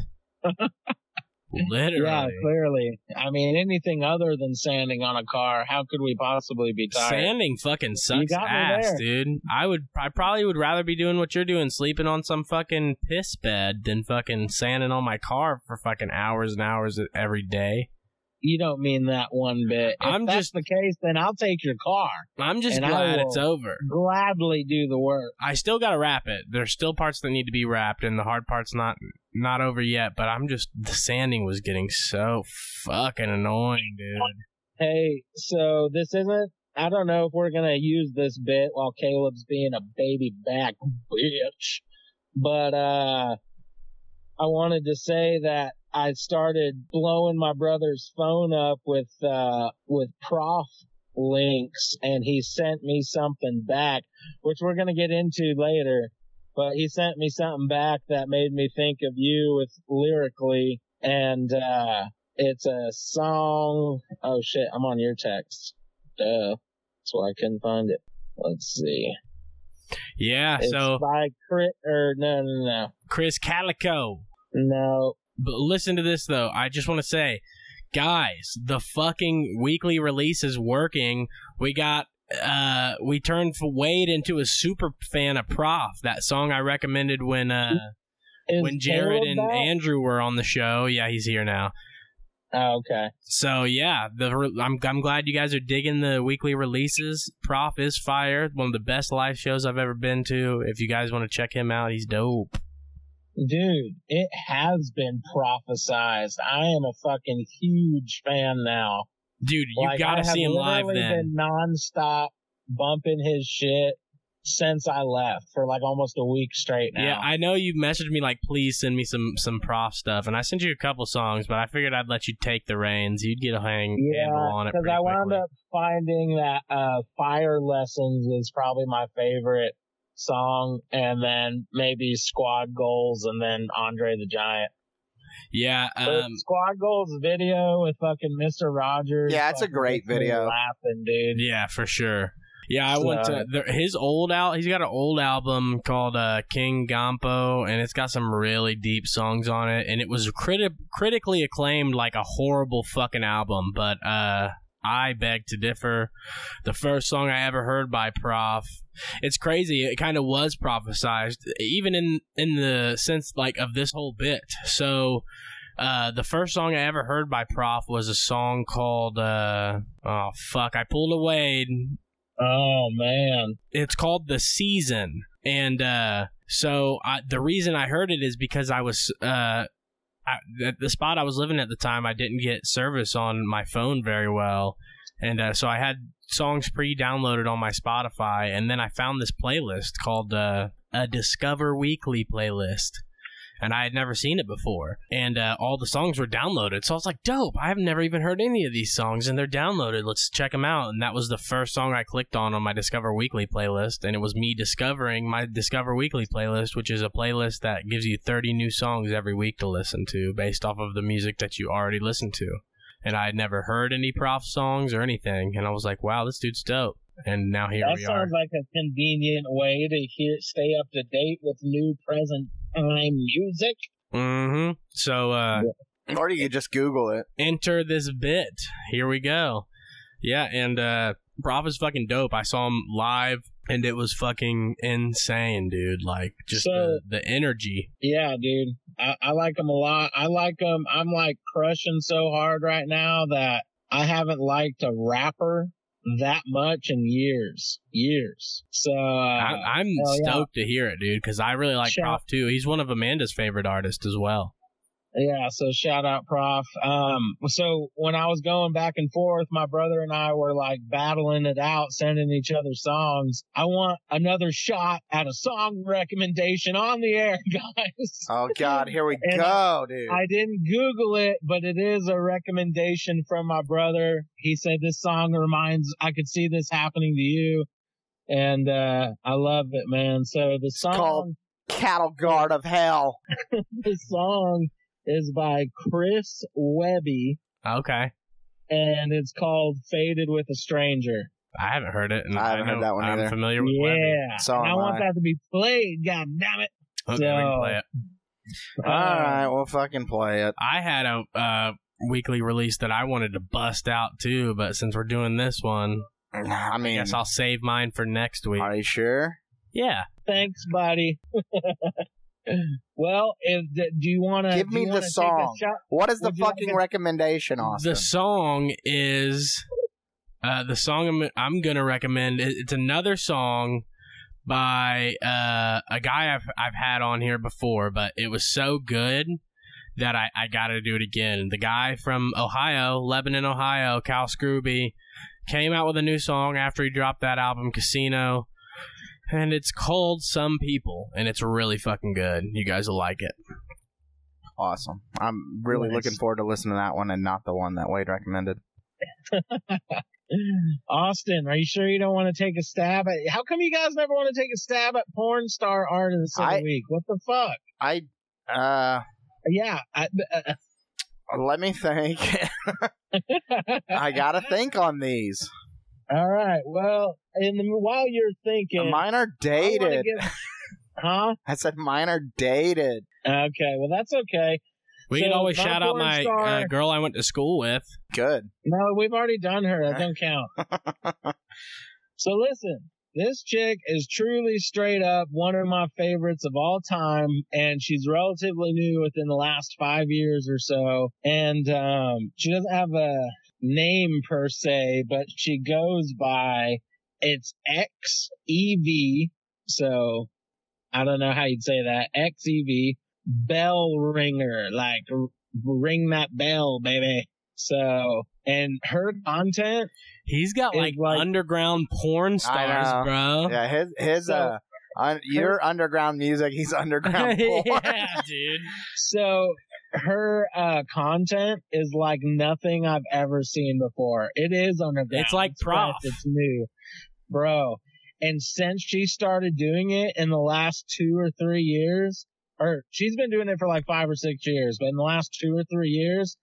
S1: Literally.
S3: Yeah, clearly. I mean, anything other than sanding on a car, how could we possibly be tired?
S1: Sanding fucking sucks
S3: got me
S1: ass,
S3: there.
S1: dude. I would, I probably would rather be doing what you're doing, sleeping on some fucking piss bed, than fucking sanding on my car for fucking hours and hours e, every day.
S3: You don't mean that one bit. If
S1: I'm
S3: that's
S1: just-
S3: the case, then I'll take your car.
S1: I'm just
S3: And I
S1: glad
S3: will-
S1: it's over.
S3: Gladly do the work.
S1: I still gotta wrap it. There's still parts that need to be wrapped, and the hard part's not not over yet. But I'm just the sanding was getting so fucking annoying, dude.
S3: Hey, so this isn't. I don't know if we're gonna use this bit while Caleb's being a baby back bitch, but uh, I wanted to say that I started blowing my brother's phone up with uh with prof links, and he sent me something back, which we're gonna get into later. But he sent me something back that made me think of you with lyrically, and uh, it's a song Oh shit, I'm on your text. Duh. That's why I couldn't find it. Let's see.
S1: Yeah.
S3: It's
S1: So
S3: by Crit or no no no.
S1: Chris Calico.
S3: No.
S1: But listen to this though. I just want to say, guys, the fucking weekly release is working. We got uh we turned Wade into a super fan of Prof. That song I recommended when uh
S3: Is
S1: when Jared
S3: Caleb
S1: and
S3: back?
S1: Andrew were on the show. Yeah, he's here now.
S3: Oh, okay.
S1: So yeah, the I'm I'm glad you guys are digging the weekly releases. Prof is fire, one of the best live shows I've ever been to. If you guys want to check him out, he's dope.
S3: Dude, it has been prophesized. I am a fucking huge fan now.
S1: Dude, you
S3: Like,
S1: gotta
S3: I have
S1: see him live
S3: literally
S1: then.
S3: Been nonstop bumping his shit since I left for like almost a week straight now.
S1: Yeah, I know you messaged me like, please send me some some prof stuff, and I sent you a couple songs, but I figured I'd let you take the reins. You'd get a hang handle on it.
S3: because
S1: pretty
S3: I wound
S1: quickly.
S3: up finding that uh, "Fire Lessons" is probably my favorite song, and then maybe "Squad Goals," and then "Andre the Giant."
S1: Yeah,
S3: But
S1: um,
S3: "Squad Goals" video with fucking Mister Rogers.
S2: Yeah, it's a
S3: fucking
S2: great
S3: makes me
S2: video.
S3: Laughing, dude.
S1: yeah, for sure. Yeah, I went
S3: So-
S1: to there, his old out. He's got an old album called uh, King Gompo, and it's got some really deep songs on it. And it was criti- critically acclaimed, like a horrible fucking album. But uh, I beg to differ. The first song I ever heard by Prof. It's crazy. It kind of was prophesized, even in in the sense like of this whole bit. So. Uh, the first song I ever heard by Prof was a song called uh, "Oh Fuck." I pulled away
S3: Oh man.
S1: it's called the season and uh so I, the reason i heard it is because i was uh I, at the spot i was living at the time i didn't get service on my phone very well and uh, so i had songs pre-downloaded on my spotify and then i found this playlist called uh, a discover weekly playlist and I had never seen it before. And uh, all the songs were downloaded. So I was like, dope, I've never even heard any of these songs, and they're downloaded. Let's check them out. And that was the first song I clicked on on my Discover Weekly playlist. And it was me discovering my Discover Weekly playlist, which is a playlist that gives you 30 new songs every week to listen to based off of the music that you already listen to. And I had never heard any prof songs or anything. And I was like, wow, this dude's dope. And now here
S3: that
S1: we are.
S3: sounds like a convenient way to hear, stay up to date with new present time music.
S1: mm-hmm. So, uh,
S2: Or you could just Google it.
S1: enter this bit. Here we go. Yeah, and uh Prof is fucking dope. I saw him live and it was fucking insane, dude. Like just
S3: So-
S1: the, the energy.
S3: Yeah, dude. I, I like them a lot. I like them. I'm like crushing so hard right now that I haven't liked a rapper that much in years. Years. So, uh,
S1: I, I'm
S3: hell yeah.
S1: stoked to hear it, dude, because I really like
S3: Shout-
S1: Prof too. He's one of Amanda's favorite artists as well.
S3: yeah, so shout out, Prof. Um, so when I was going back and forth, my brother and I were like battling it out, sending each other songs. I want another shot at a song recommendation on the air, guys.
S2: Oh God, here we
S3: And
S2: go, dude.
S3: I didn't Google it, but it is a recommendation from my brother. He said this song reminds. I could see this happening to you, and uh, I love it, man. So the song,
S2: called- Cattle guard of hell.
S3: the song is by Chris Webby,
S1: Okay.
S3: and it's called "Faded with a Stranger."
S1: I haven't heard it and
S2: I haven't heard
S1: know-
S2: that one
S1: I'm
S2: either.
S1: familiar with Webby.
S3: Yeah,
S2: So
S3: and I
S2: am
S3: want
S2: I.
S3: that to be played. God damn it! Uh,
S1: Okay, we can play it.
S2: All right, we'll fucking play it.
S1: I had a uh, weekly release that I wanted to bust out too, but since we're doing this one,
S2: I
S1: I
S2: mean,
S1: guess I'll save mine for next week.
S2: are you sure?
S1: Yeah.
S3: Thanks, buddy. well, if do you want to
S2: Give me the song. What is the
S3: Would you like
S2: fucking
S3: to-
S2: recommendation, Austin?
S1: The song is uh, the song I'm, I'm gonna recommend. it- It's another song by uh, a guy I've I've had on here before, but it was so good that I, I gotta do it again. The guy from Ohio, Lebanon, Ohio, Cal Scrooby, came out with a new song after he dropped that album, Casino. And it's called Some People, and it's really fucking good. You guys will like it.
S2: awesome. I'm really
S3: Nice.
S2: looking forward to listening to that one and not the one that Wade recommended.
S3: Austin, are you sure you don't want to take a stab at? How come you guys never want to take a stab at porn star artists of
S2: I-
S3: the week? What the fuck?
S2: I uh
S3: Yeah, I, uh,
S2: let me think. I gotta think on these.
S3: all right. Well, in the while you're thinking,
S2: Mine are
S3: I wanna
S2: dated.
S3: give- huh?
S2: I said mine are dated.
S3: Okay. Well, that's okay.
S1: We
S3: So,
S1: can always
S3: my
S1: shout out
S3: porn
S1: my uh,
S3: star-
S1: girl I went to school with.
S2: Good.
S3: No, we've already done her. That don't count. so listen, this chick is truly straight up one of my favorites of all time, and she's relatively new within the last five years or so. And um, she doesn't have a name per se, but she goes by it's X E V. So I don't know how you'd say that. X E V bell ringer, like r- ring that bell, baby. So, and her content,
S1: He's got
S3: Is
S1: like,
S3: like-
S1: underground porn
S2: know.
S1: stars, bro.
S2: Yeah, his his
S3: Uh-huh. So-
S2: uh un, your underground music, he's underground porn.
S1: yeah, dude.
S3: so her uh, content is like nothing I've ever seen before. It is underground.
S1: It's like
S3: fresh,
S1: Prof.
S3: It's new, bro. And since she started doing it in the last two or three years, or she's been doing it for like five or six years, but in the last two or three years,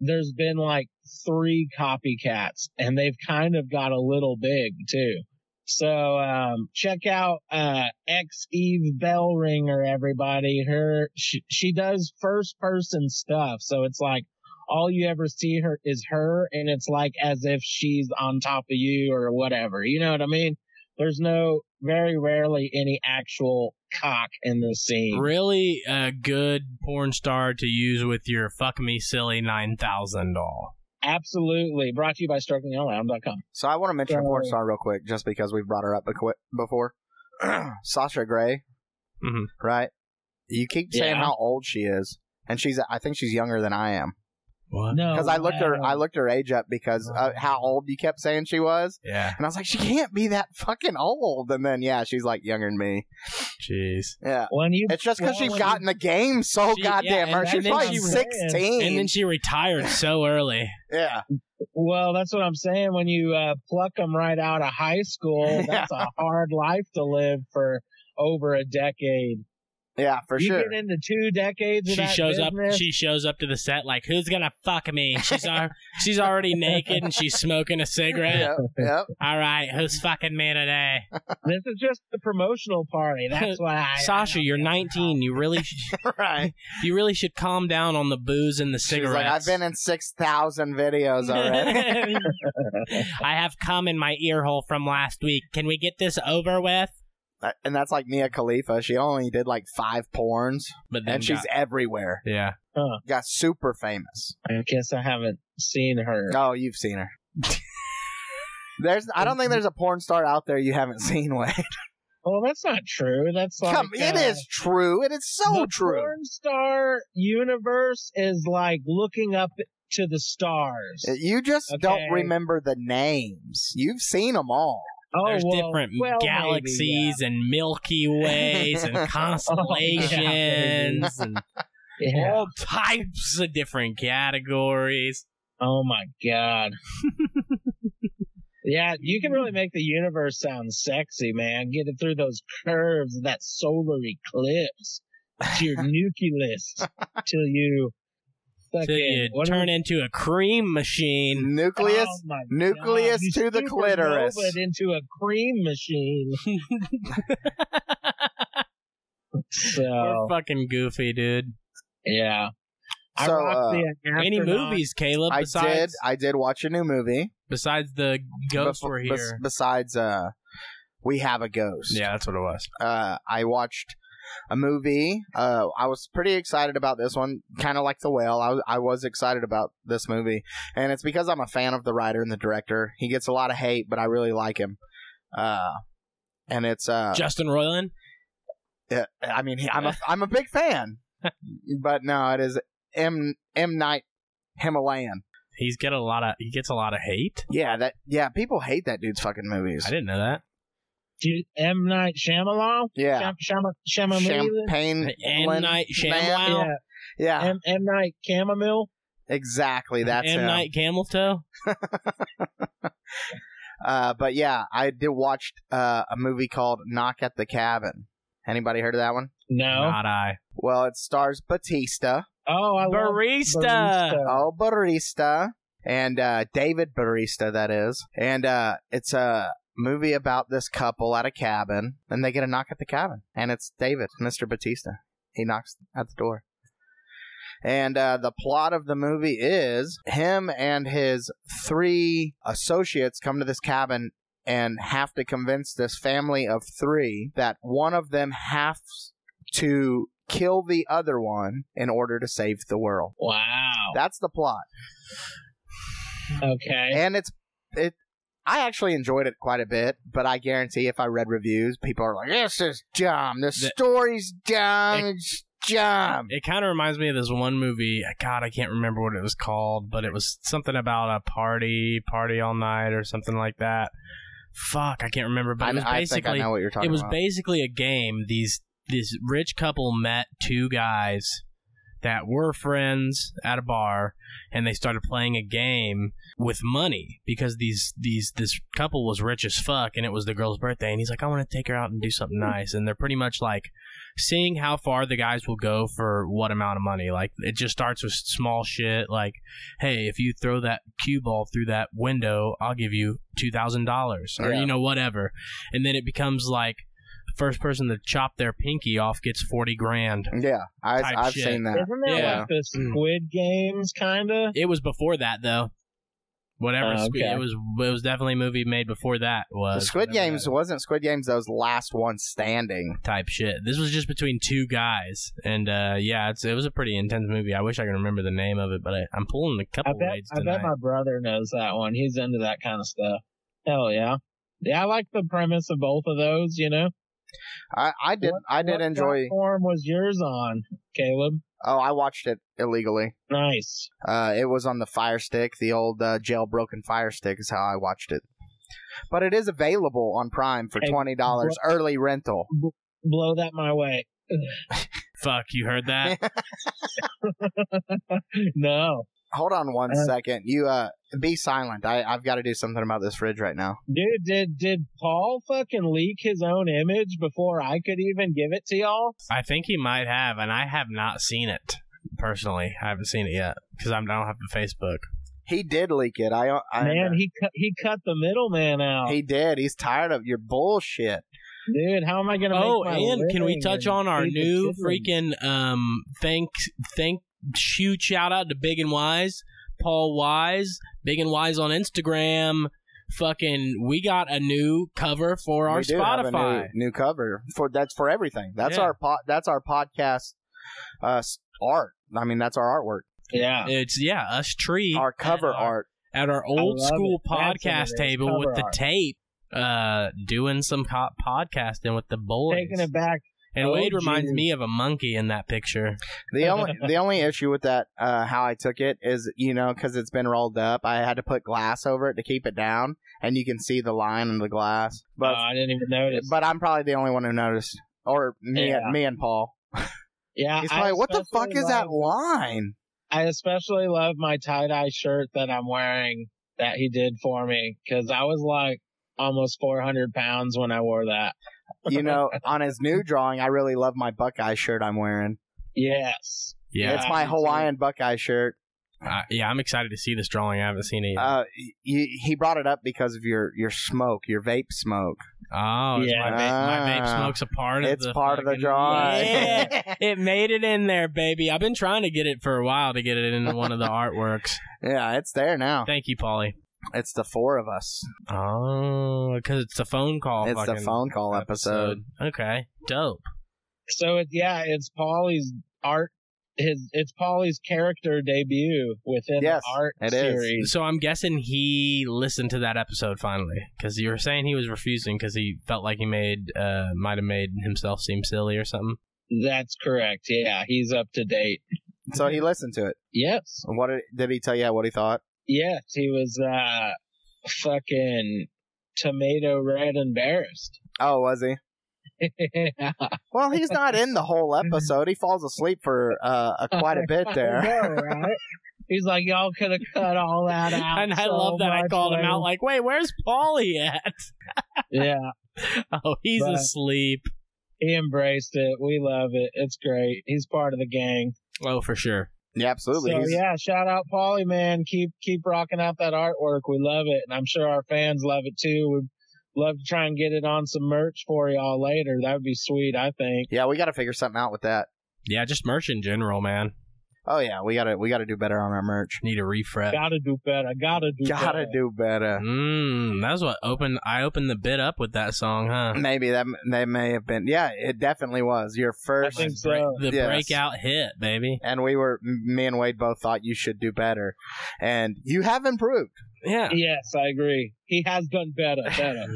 S3: there's been like three copycats, and they've kind of got a little big too. So um, check out uh, ex Eve Bellringer, everybody. Her she, she does first person stuff, so it's like all you ever see her is her, and it's like as if she's on top of you or whatever. You know what I mean? There's no very rarely any actual cock in the scene.
S1: Really a good porn star to use with your fuck me silly 9000 doll.
S3: Absolutely. Brought to you by strokingaloud.com.
S2: So I want to mention a
S3: Yeah.
S2: porn star real quick, just because we've brought her up bequi- before. Sasha Grey,
S1: Mhm.
S2: right? You keep saying
S3: Yeah.
S2: how old she is, and she's—I think she's younger than I am.
S1: What?
S3: No,
S2: Because I looked her—I looked her age up because uh, how old you kept saying she was,
S1: Yeah.
S2: and I was like, she can't be that fucking old. And then yeah, she's like younger than me.
S1: Jeez.
S2: Yeah,
S3: when you
S2: it's just because
S3: Well,
S2: she
S3: when
S2: got
S3: you-
S2: in the game so
S1: She-
S2: goddamn
S1: yeah,
S2: her.
S1: and
S2: She's
S1: then
S2: probably
S1: she was-
S2: sixteen.
S1: And then she retired so early.
S2: yeah,
S3: Well, that's what I'm saying. When you uh, pluck them right out of high school, that's a hard life to live for over a decade.
S2: yeah, for
S3: you
S2: sure.
S3: get into two decades. Of
S1: She
S3: that
S1: shows up.
S3: business,
S1: She shows up to the set like, "Who's gonna fuck me?" She's al- she's already naked and she's smoking a cigarette.
S2: Yep, yep.
S1: All right, who's fucking me today?
S3: This is just the promotional party. That's why I,
S1: Sasha, you're 19. You really, sh-
S2: right.
S1: you really should calm down on the booze and the
S2: She's like, I've
S1: cigarettes.
S2: been in six thousand videos already.
S1: I have cum in my ear hole from last week. Can we get this over with?
S2: That- and that's like Mia Khalifa. She only did like five porns,
S1: But then
S2: and she's
S1: got-
S2: everywhere.
S1: yeah.
S2: Got super famous.
S3: I guess I haven't seen her.
S2: Oh, you've seen her. there's, I don't think
S1: Mm-hmm.
S2: there's a porn star out there you haven't seen. Wade.
S3: Well, that's not true. That's like
S2: Come, it
S3: uh,
S2: is true. It is so
S3: the
S2: true.
S3: Porn star universe is like looking up to the stars.
S2: You just
S3: Okay.
S2: don't remember the names. You've seen them all.
S3: oh,
S1: There's
S3: well-
S1: different
S3: well, maybe,
S1: galaxies
S3: yeah.
S1: and Milky Ways and constellations and
S3: Yeah.
S1: all types of different categories.
S3: Oh my god. yeah, you can really make the universe sound sexy, man. Get it through those curves of that solar eclipse to your nucleus till you
S1: Till you
S3: what
S1: turn
S3: is-
S1: into a cream machine.
S2: Nucleus.
S3: Oh my God,
S2: nucleus
S3: you
S2: to the
S3: supernova
S2: clitoris.
S3: it into a cream machine.
S1: We're
S3: so
S1: fucking goofy, dude.
S3: yeah. I
S2: So,
S3: rocked
S2: uh,
S3: the
S1: Any
S3: astronaut.
S1: movies, Caleb?
S2: I
S1: Besides,
S2: did. I did watch a new movie.
S1: besides the ghosts
S2: Bef-
S1: were
S2: bes-
S1: here.
S2: besides, uh, we have a ghost.
S1: yeah, that's what it was.
S2: uh, I watched a movie. Uh, I was pretty excited about this one, kind of like The Whale. I was, I was excited about this movie, and it's because I'm a fan of the writer and the director. He gets a lot of hate, but I really like him. Uh, and it's uh,
S1: Justin Roiland.
S2: uh, I mean, he- I'm a I'm a big fan, but no, it is M M Night Himalayan.
S1: He's get a lot of he gets a lot of hate.
S2: Yeah, that yeah, people hate that dude's fucking movies.
S1: I didn't know that.
S3: Dude, M Night Shyamalan.
S2: Yeah,
S3: Sham- Shama, Shama
S2: champagne.
S1: M
S2: Lin-
S1: Night
S2: Man.
S1: Shyamalan.
S3: Yeah.
S2: Yeah,
S3: M, M Night Chamomile.
S2: exactly. That's
S1: M
S2: him.
S1: Night Camel Toe.
S2: Uh, but yeah, I did watch uh, a movie called Knock at the Cabin. Anybody heard of that one?
S3: No.
S1: Not I.
S2: Well, it stars Batista,
S3: Oh, I love
S1: Barista.
S2: oh Barista, and uh, David Barista, that is. And uh, it's a movie about this couple at a cabin, and they get a knock at the cabin, and it's David, Mr. Batista. He knocks at the door. And uh, the plot of the movie is him and his three associates come to this cabin and have to convince this family of three that one of them has to kill the other one in order to save the world.
S3: Wow.
S2: That's the plot,
S3: Okay.
S2: and it's it. I actually enjoyed it quite a bit, but I guarantee if I read reviews, people are like, "This is dumb. The
S1: The-
S2: story's dumb.
S1: It-
S2: it's dumb."
S1: It kind of reminds me of this one movie. God, I can't remember what it was called, but it was something about a party, party all night, or something like that. Fuck, I can't remember. But
S2: I,
S1: it was
S2: I think I
S1: basically
S2: know what you're talking
S1: it was
S2: about.
S1: basically a game these this rich couple met two guys that were friends at a bar and they started playing a game with money because these these this
S2: Hmm.
S1: couple was rich as fuck and it was the girl's birthday and he's like I want to take her out and do something nice and they're pretty much like seeing how far the guys will go for what amount of money. Like it just starts with small shit like, hey, if you throw that cue ball through that window, I'll give you two thousand dollars or
S2: Yeah.
S1: you know, whatever. And then it becomes like first person to chop their pinky off gets forty grand.
S2: Yeah, I,
S1: Type
S2: I've
S1: shit.
S2: seen that.
S3: Isn't that
S1: Yeah.
S3: like the
S2: Hmm.
S3: Squid Games kind of?
S1: It was before that though. Whatever
S3: Oh,
S1: sque-
S3: okay.
S1: it was, it was definitely a movie made before that
S2: The
S1: was
S2: Squid
S1: whatever
S2: Games
S1: that
S2: wasn't Squid Games. Those last one standing.
S1: type shit. This was just between two guys, and uh, yeah, it's, it was a pretty intense movie. I wish I could remember the name of it, but I, I'm pulling a
S3: I
S1: couple
S3: bet
S1: blades
S3: I
S1: tonight.
S3: bet my brother knows that one. He's into that kind of stuff. Hell yeah. Yeah, I like the premise of both of those, you know.
S2: I, I did.
S3: What-
S2: I did
S3: what
S2: enjoy.
S3: platform was yours on, Caleb?
S2: Oh, I watched it illegally.
S3: Nice.
S2: Uh, it was on the Fire Stick. The old uh, jailbroken Fire Stick is how I watched it. But it is available on Prime for
S3: Hey,
S2: twenty dollars early rental.
S3: Blow that my way.
S1: Fuck, you heard that?
S3: No.
S2: Hold on one second.
S3: Uh,
S2: You uh, be silent. I, I've got to do something about this fridge right now.
S3: Dude, did did Paul fucking leak his own image before I could even give it to y'all?
S1: I think he might have, and I have not seen it personally. I haven't seen it yet because I don't have the Facebook.
S2: He did leak it. I, I
S3: Man, he cut he cut the middleman out.
S2: he did. He's tired of your bullshit.
S3: Dude, how am I gonna
S1: Oh,
S3: make my
S1: and can we
S3: living
S1: touch
S3: and
S1: on our
S3: feed the
S1: new
S3: siblings?
S1: freaking um thank thank huge shout out to Big and Wise, Paul Wise, Big and Wise on Instagram. Fucking, we got a new cover for our
S2: we do have a
S1: Spotify.
S2: new- new, cover for that's for everything. That's
S1: Yeah.
S2: our po- that's our podcast uh, s- art. I mean, that's our artwork,
S3: Yeah.
S1: It's yeah, us tree
S2: our cover
S1: at our,
S2: art.
S1: at our old
S3: love
S1: school
S3: it. That's what it
S1: podcast
S3: is,
S1: table
S3: cover
S1: with the
S3: art.
S1: tape, uh, doing some co- podcasting with the boys.
S3: Taking it back.
S1: and
S3: oh,
S1: Wade reminds
S3: geez.
S1: me of a monkey in that picture.
S2: The only the only issue with that, uh, how I took it is, you know, because it's been rolled up. I had to put glass over it to keep it down, and you can see the line in the glass. But
S3: oh, I didn't even notice.
S2: but I'm probably the only one who noticed, or me
S3: Yeah.
S2: and me and Paul.
S3: yeah,
S2: He's
S3: I
S2: probably, what the fuck
S3: especially
S2: is that
S3: love-
S2: line?
S3: I especially love my tie dye shirt that I'm wearing that he did for me because I was like almost 400 pounds when I wore that.
S2: You know, on his new drawing, I really love my Buckeye shirt I'm wearing.
S3: Yes.
S1: Yeah,
S2: it's my
S3: me too.
S2: Hawaiian Buckeye shirt.
S1: I- yeah, I'm excited to see this drawing. I haven't seen it. Yet.
S2: Uh, he, he brought it up because of your, your smoke, your vape smoke.
S1: oh, it's my, vape, my vape
S2: Ah.
S1: smokes a part
S2: It's
S1: of the
S2: part of the
S1: fucking-
S2: drawing.
S1: Yeah. It made it in there, baby. I've been trying to get it for a while to get it in one of the artworks.
S2: yeah, it's there now.
S1: Thank you, Polly.
S2: It's the four of us.
S1: Oh, because it's a phone call.
S2: it's the
S1: fucking
S2: phone call episode.
S1: Okay, dope.
S3: So it, yeah, it's Paulie's art. His it's Paulie's character debut within
S2: Yes,
S3: the art
S2: it is.
S3: series.
S1: So I'm guessing he listened to that episode finally, because you were saying he was refusing because he felt like he made uh, might have made himself seem silly or something.
S3: That's correct. Yeah, he's up to date.
S2: So he listened to it.
S3: Yes.
S2: What did, did he tell you? What he thought?
S3: Yes, he was uh fucking tomato red embarrassed.
S2: Oh, was he? Well, he's not in the whole
S3: Mm-hmm.
S2: episode. He falls asleep for uh, a, quite a bit
S3: I
S2: there.
S3: know, right? He's like, y'all could have cut all that out.
S1: and I
S3: so
S1: love that I
S3: much
S1: called him
S3: later."
S1: out like, "Wait, where's Paulie at?"
S3: yeah,
S1: oh, he's
S3: But-
S1: asleep.
S3: he embraced it. We love it. It's great. He's part of the gang.
S1: Oh, for sure.
S2: Yeah, absolutely.
S3: So
S2: he's,
S3: yeah, shout out Paulie, man. Keep keep rocking out that artwork. We love it, and I'm sure our fans love it too. We'd love to try and get it on some merch for y'all later. That would be sweet. I think.
S2: yeah, we got to figure something out with that.
S1: Yeah, just merch in general, man.
S2: Oh yeah, we gotta we gotta do better on our merch.
S1: Need a refresh.
S3: Gotta do better. Gotta do.
S2: Gotta
S3: better.
S2: do better.
S1: Mmm, that's what opened. I opened the bit up with that song,
S3: Mm-hmm.
S1: huh?
S2: Maybe that that may have been. Yeah, it definitely was your first.
S3: think so.
S1: the
S2: Yes.
S1: breakout hit, baby.
S2: and we were me and Wade both thought you should do better, and you have improved.
S1: Yeah.
S3: Yes, I agree. He has done better. Better.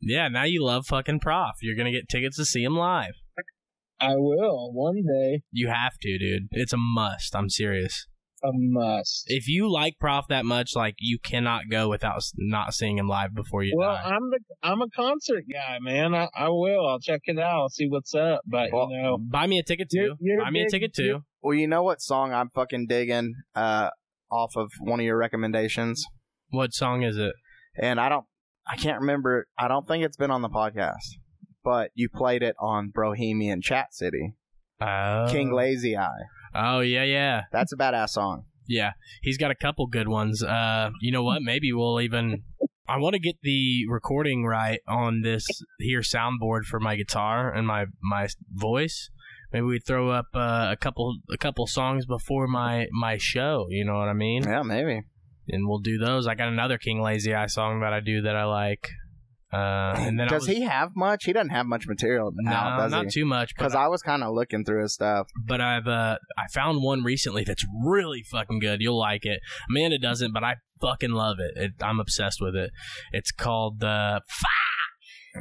S1: Yeah, now you love fucking Prof. You're gonna get tickets to see him live.
S3: I will one day.
S1: You have to, dude. It's a must. I'm serious.
S3: A must.
S1: If you like Prof that much, like you cannot go without s- not seeing him live before you
S3: Well,
S1: die.
S3: I'm the I'm a concert guy, man. I, I will. I'll check it out. I'll see what's up. But
S2: Well,
S3: you know,
S1: Buy me a ticket too.
S3: You're- you're
S1: Buy me a
S3: big-
S1: ticket
S3: you're-
S1: too.
S2: Well, you know what song I'm fucking digging uh, off of one of your recommendations,
S1: What song is it?
S2: and I don't, I can't remember. I don't think it's been on the podcast. but you played it on Bohemian Chat City.
S1: Oh.
S2: King Lazy Eye.
S1: Oh yeah, yeah,
S2: That's a badass song.
S1: yeah. He's got a couple good ones. Uh, you know what? Maybe we'll even. I want to get the recording right on this here soundboard for my guitar and my my voice. Maybe we throw up uh, a couple a couple songs before my my show. You know what I mean?
S2: Yeah, maybe.
S1: And we'll do those. I got another King Lazy Eye song that I do that I like. Uh, and then I
S2: does
S1: was-
S2: he have much? He doesn't have much material
S1: No,
S2: now, does
S1: not
S2: he?
S1: too much. But
S2: Because I was kind of looking through his stuff.
S1: but I've uh, I found one recently that's really fucking good. You'll like it. Amanda doesn't, but I fucking love it. it I'm obsessed with it. It's called uh,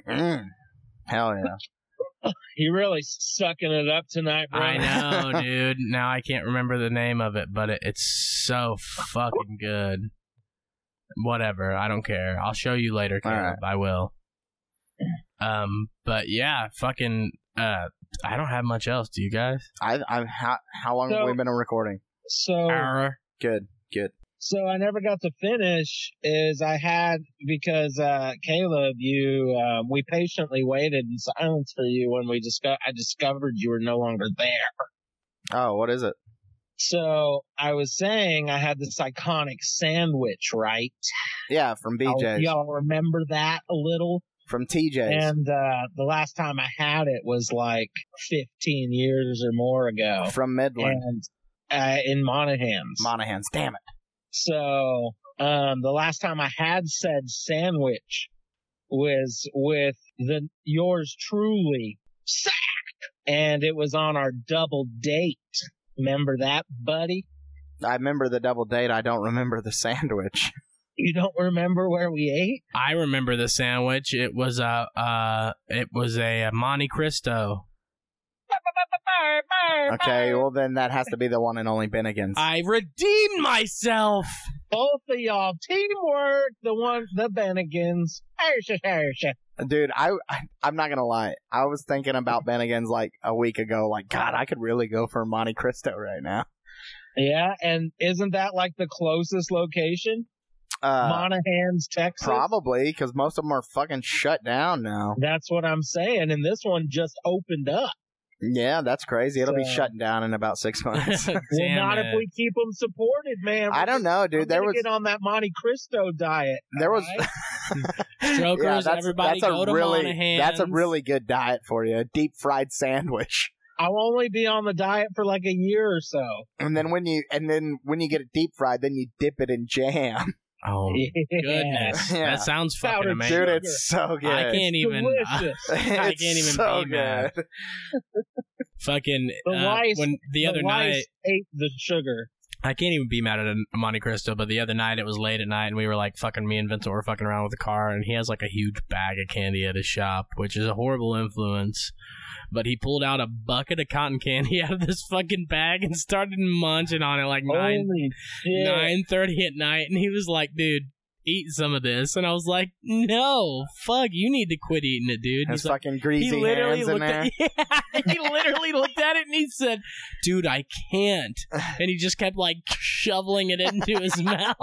S2: Mm. Hell yeah.
S3: You're really sucking it up tonight, bro.
S1: I know, dude. Now I can't remember the name of it, but it, it's so fucking good. Whatever, I don't care. I'll show you later,
S2: All
S1: Caleb. I will. Um, but yeah, fucking. Uh, I don't have much else. Do you guys?
S2: I, I, how, how long have
S3: So-
S2: we been recording?
S3: So
S1: Arr.
S2: Good.
S3: so I never got to finish is I had because uh Caleb you um, we patiently waited in silence for you when we disco- I discovered you were no longer there.
S2: Oh, what is it?
S3: So I was saying I had this iconic sandwich, right?
S2: Yeah,
S1: Oh,
S2: from BJ's.
S3: Y'all remember that a little?
S2: From TJ's.
S3: And uh the last time I had it was like 15 years or more ago.
S2: From Midland.
S3: And uh, in Monahans.
S2: Monahan's. Damn it.
S3: So um, the last time I had said sandwich was with the yours truly sack, and it was on our double date. Remember that, buddy?
S2: I remember the double date. I don't remember the sandwich.
S3: You don't remember where we ate?
S1: I remember the sandwich. It was a uh, it was a Monte Cristo.
S2: Okay, well, then that has to be the one and only Bennigan's.
S1: I redeemed myself.
S3: Both of y'all teamwork. The one, the Bennigans. Hersha, hersha.
S2: Dude, I, I, I'm not going to lie. I was thinking about Bennigan's like a week ago. Like, God, I could really go for Monte Cristo right now.
S3: Yeah, and isn't that like the closest location?
S2: Uh,
S3: Monahans, Texas.
S2: probably, because most of them are fucking shut down now.
S3: That's what I'm saying. And this one just opened up.
S2: Yeah, that's crazy. It'll be
S3: So-
S2: shutting down in about six months.
S3: Well,
S1: Damn
S3: not
S1: it.
S3: if we keep them supported, man.
S2: I don't know, dude.
S3: I'm
S2: There
S3: gonna
S2: was
S3: get on that Monte Cristo diet.
S2: there was
S3: alright?
S1: Strokers,
S2: yeah, that's,
S1: everybody
S2: that's
S1: go
S2: a
S1: to
S2: really
S1: Monahan's.
S2: that's a really good diet for you. A deep fried sandwich.
S3: I'll only be on the diet for like a year or so.
S2: And then when you and then when you get it deep fried, then you dip it in jam.
S1: oh
S3: Yeah.
S1: goodness.
S2: Yeah.
S1: That sounds
S3: Powdered
S1: fucking amazing.
S2: Dude, it's so good.
S1: I can't even uh,
S3: Delicious.
S1: I
S2: It's
S1: can't even
S2: so
S1: be mad.
S2: good.
S1: fucking
S3: The
S1: uh,
S3: lice-
S1: when the other
S3: lice
S1: night
S3: ate the sugar.
S1: I can't even be mad at a Monte Cristo, but the other night it was late at night and we were like fucking me and Vincent were fucking around with the car and he has like a huge bag of candy at his shop, which is a horrible influence. But he pulled out a bucket of cotton candy out of this fucking bag and started munching on it like
S3: Oh
S1: nine
S3: Holy shit.
S1: nine thirty at night, and he was like, "Dude, eat some of this," and I was like, "No, fuck, you need to quit eating it, dude."
S2: His
S1: He's like,
S2: fucking
S1: he
S2: greasy
S1: literally
S2: hands in
S1: looked
S2: there.
S1: at yeah, he literally looked at it and he said, "Dude, I can't," and he just kept like shoveling it into his mouth,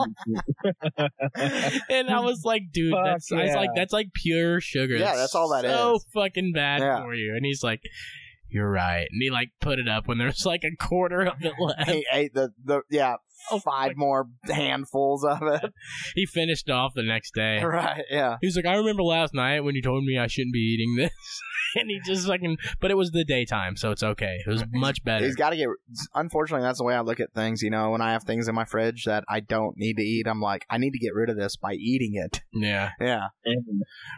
S1: and I was like, "Dude,
S3: Fuck
S1: that's I was
S3: yeah.
S1: like that's like pure sugar.
S2: Yeah, that's all that
S1: that is. so
S2: is.
S1: fucking bad
S2: Yeah.
S1: for you," and he's like. You're right. And he like put it up when there's like a quarter of it left.
S2: He ate the, the yeah
S1: Oh,
S2: five more handfuls of it.
S1: He finished off the next day.
S2: right? Yeah.
S1: He was like, I remember last night when you told me I shouldn't be eating this. and he just fucking, but it was the daytime, so it's okay. It was much better.
S2: He's got to get. Unfortunately, that's the way I look at things. You know, when I have things in my fridge that I don't need to eat, I'm like, I need to get rid of this by eating it.
S1: Yeah.
S2: Yeah,
S3: And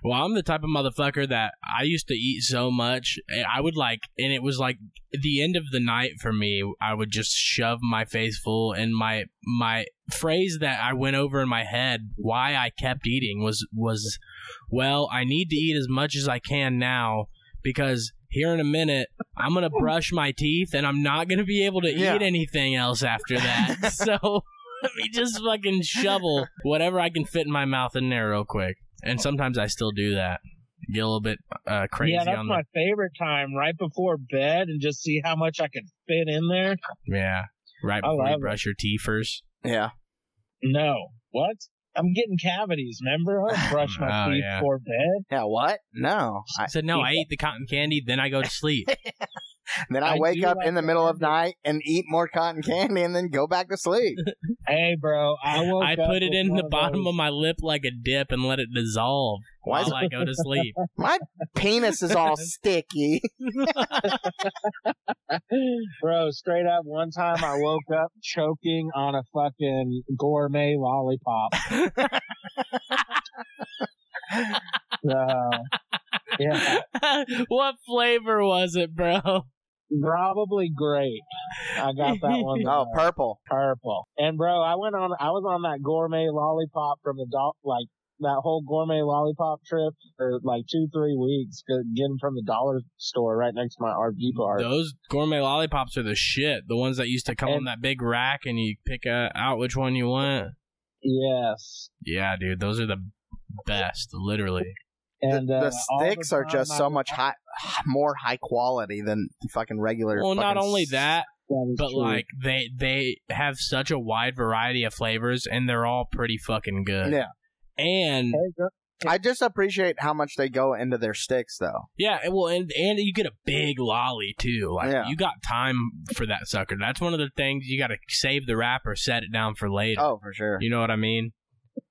S1: Well, I'm the type of motherfucker that I used to eat so much. and I would like, and it was like the end of the night for me. I would just shove my face full, and my my phrase that I went over in my head why I kept eating was was, well, I need to eat as much as I can now because here in a minute I'm gonna brush my teeth and I'm not gonna be able to
S2: Yeah.
S1: eat anything else after that. so let me just fucking shovel whatever I can fit in my mouth in there real quick. And sometimes I still do that. Get a little bit uh, crazy
S3: yeah, that's
S1: on
S3: my favorite time, right before bed, and just see how much I could fit in there.
S1: the yeah. Right
S3: I
S1: before you
S3: love it.
S1: brush your teeth first.
S2: yeah.
S3: No, what? I'm getting cavities. Remember, I brush my
S1: Oh,
S3: teeth
S1: yeah.
S3: before bed.
S2: Yeah, what? No. I,
S1: said no. I ate the cotton candy, then I go to sleep.
S2: then I,
S3: I
S2: wake
S3: do
S2: up
S3: like
S2: in the
S3: the
S2: middle of
S3: candy.
S2: night and eat more cotton candy and then go back to sleep.
S3: Hey, bro, I woke
S1: I
S3: up
S1: put it
S3: with
S1: in
S3: one
S1: the bottom
S3: those-
S1: of my lip like a dip and let it dissolve
S2: Why is
S1: while I go to sleep.
S2: my penis is all sticky?
S3: Bro, straight up, one time I woke up choking on a fucking gourmet lollipop. so, yeah,
S1: what flavor was it, bro?
S3: probably grape. I got that one.
S2: Oh,
S3: right.
S2: purple.
S3: purple. And bro, I went on. I was on that gourmet lollipop from the dol like that whole gourmet lollipop trip for like two, three weeks, g- getting from the dollar store right next to my RV bar.
S1: Those gourmet lollipops are the shit. The ones that used to come on
S3: And-
S1: that big rack and you pick uh, out which one you want.
S3: Yes.
S1: Yeah, dude, those are the best, literally.
S3: And
S2: the,
S3: uh,
S2: the
S3: all
S2: sticks are
S3: time
S2: just
S3: I
S2: so
S3: was
S2: much high, more high quality than the fucking regular.
S1: Well, not
S2: fucking
S1: only
S2: s-
S1: that,
S3: that is
S1: but
S3: true.
S1: like they they have such a wide variety of flavors and they're all pretty fucking good.
S2: Yeah.
S1: And
S3: Hey, girl,
S2: I just appreciate how much they go into their sticks, though.
S1: yeah, and- well, and and you get a big lolly too. Like
S2: Yeah.
S1: you got time for that sucker. That's one of the things you got to save the wrapper, set it down for later.
S2: Oh, for sure.
S1: You know what I mean?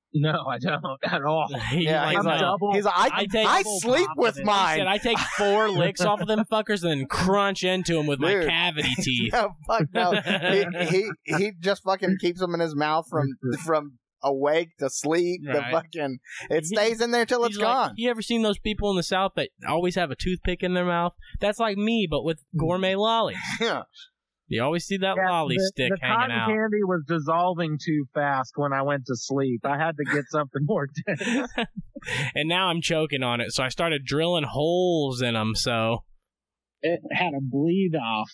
S3: no, I don't at all.
S1: You're
S2: Yeah,
S1: like,
S2: he's
S3: I'm
S1: no.
S2: like,
S3: double.
S2: he's like, I,
S1: I take
S2: I
S1: full
S2: sleep with
S1: confidence. I said
S2: mine.
S1: I take four licks off of them fuckers and then crunch into them with my
S2: Dude.
S1: cavity teeth.
S2: No, Oh, fuck no. he, he he just fucking keeps them in his mouth from
S3: Mm-hmm.
S2: from awake to sleep.
S1: Right.
S2: The fucking it stays in there till it's
S1: He's like,
S2: gone.
S1: you ever seen those people in the South that always have a toothpick in their mouth? That's like me, but with gourmet lollies.
S2: Yeah.
S1: You always see that
S3: Yeah,
S1: lolly
S3: the,
S1: stick
S3: the
S1: hanging
S3: cotton
S1: out.
S3: candy was dissolving too fast when I went to sleep. I had to get something more.
S1: and now I'm choking on it, so I started drilling holes in them. So
S3: it had a bleed off.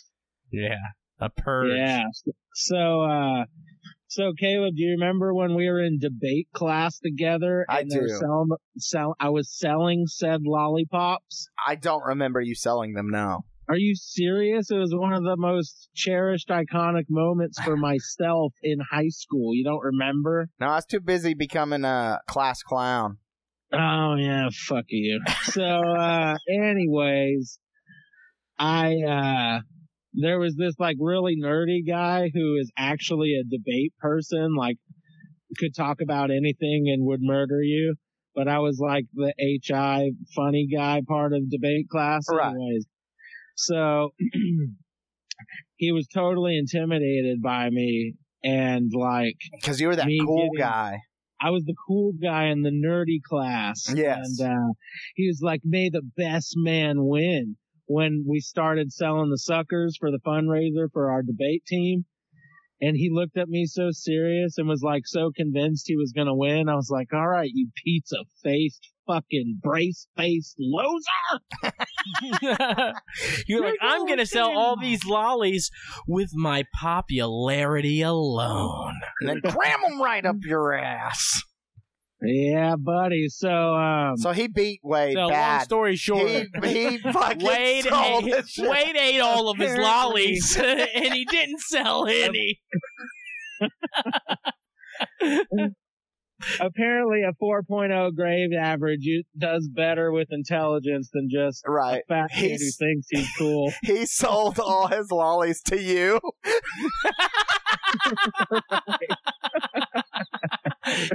S1: yeah, a purge.
S3: Yeah. So, uh, so Caleb, do you remember when we were in debate class together?
S2: I
S3: they were
S2: do.
S3: Selling, sell, I was selling said lollipops.
S2: I don't remember you selling them now.
S3: Are you serious? It was one of the most cherished, iconic moments for myself in high school. You don't remember?
S2: No, I was too busy becoming a class clown.
S3: Oh yeah, fuck you. So, uh, anyways, I, uh, there was this like really nerdy guy who is actually a debate person, like could talk about anything and would murder you. But I was like the HI funny guy part of debate class
S2: Right.
S3: anyways. So he was totally intimidated by me and like,
S2: Because you were that
S3: Me
S2: cool
S3: getting-
S2: guy.
S3: I was the cool guy in the nerdy class.
S2: Yes.
S3: And uh, he was like, may the best man win when we started selling the suckers for the fundraiser for our debate team. And he looked at me so serious and was like so convinced he was going to win. I was like, all right, you pizza faced fucking brace faced loser.
S1: You're like, I'm gonna sell all these lollies with my popularity alone.
S2: And then cram them right up your ass.
S3: Yeah, buddy. So, um,
S2: So he beat Wade
S1: So long
S2: bad.
S1: story short,
S2: He, he fucking
S1: Wade
S2: stole
S1: ate,
S2: his shit.
S1: Wade ate all of his
S3: Apparently.
S1: lollies, and he didn't sell any.
S3: apparently a 4.0 grade average you- does better with intelligence than just
S2: Right.
S3: fat kid who
S2: He's-
S3: thinks he's cool.
S2: He sold all his lollies to you.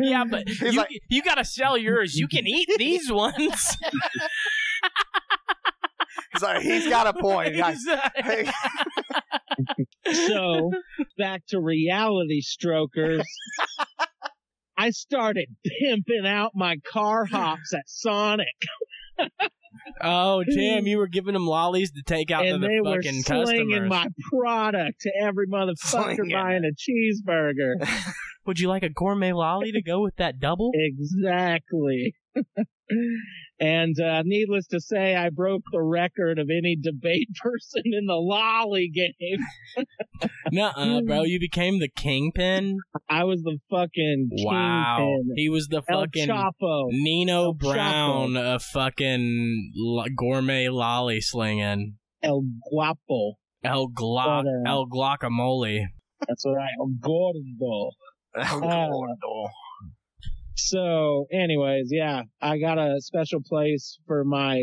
S1: yeah, but
S2: He's
S1: you,
S2: like-
S1: you gotta sell yours. You can eat these ones.
S2: He's like, he's got a point. He's like,
S1: Exactly.
S2: hey,
S3: so back to reality strokers. I started pimping out my car hops at Sonic,
S1: Oh, Jim, you were giving them lollies to take out
S3: and
S1: to
S3: they
S1: the
S3: were
S1: fucking
S3: slinging
S1: customers.
S3: my product to every motherfucker
S2: Slinging.
S3: buying a cheeseburger.
S1: Would you like a gourmet lolly to go with that double?
S3: exactly. and uh, needless to say, I broke the record of any debate person in the lolly game.
S1: Nuh-uh,
S3: Mm.
S1: bro. You became the kingpin.
S3: I was the fucking
S1: Wow.
S3: kingpin.
S1: He was the
S3: El
S1: fucking
S3: Chapo.
S1: Nino
S3: El Chapo.
S1: Brown of fucking lo- gourmet lolly slinging.
S3: El Guapo.
S1: El Glock,
S3: But, uh,
S1: El Glockamole.
S3: That's right. El Gordo.
S2: oh,
S3: Uh,
S2: Lord, oh.
S3: So, anyways, yeah, I got a special place for my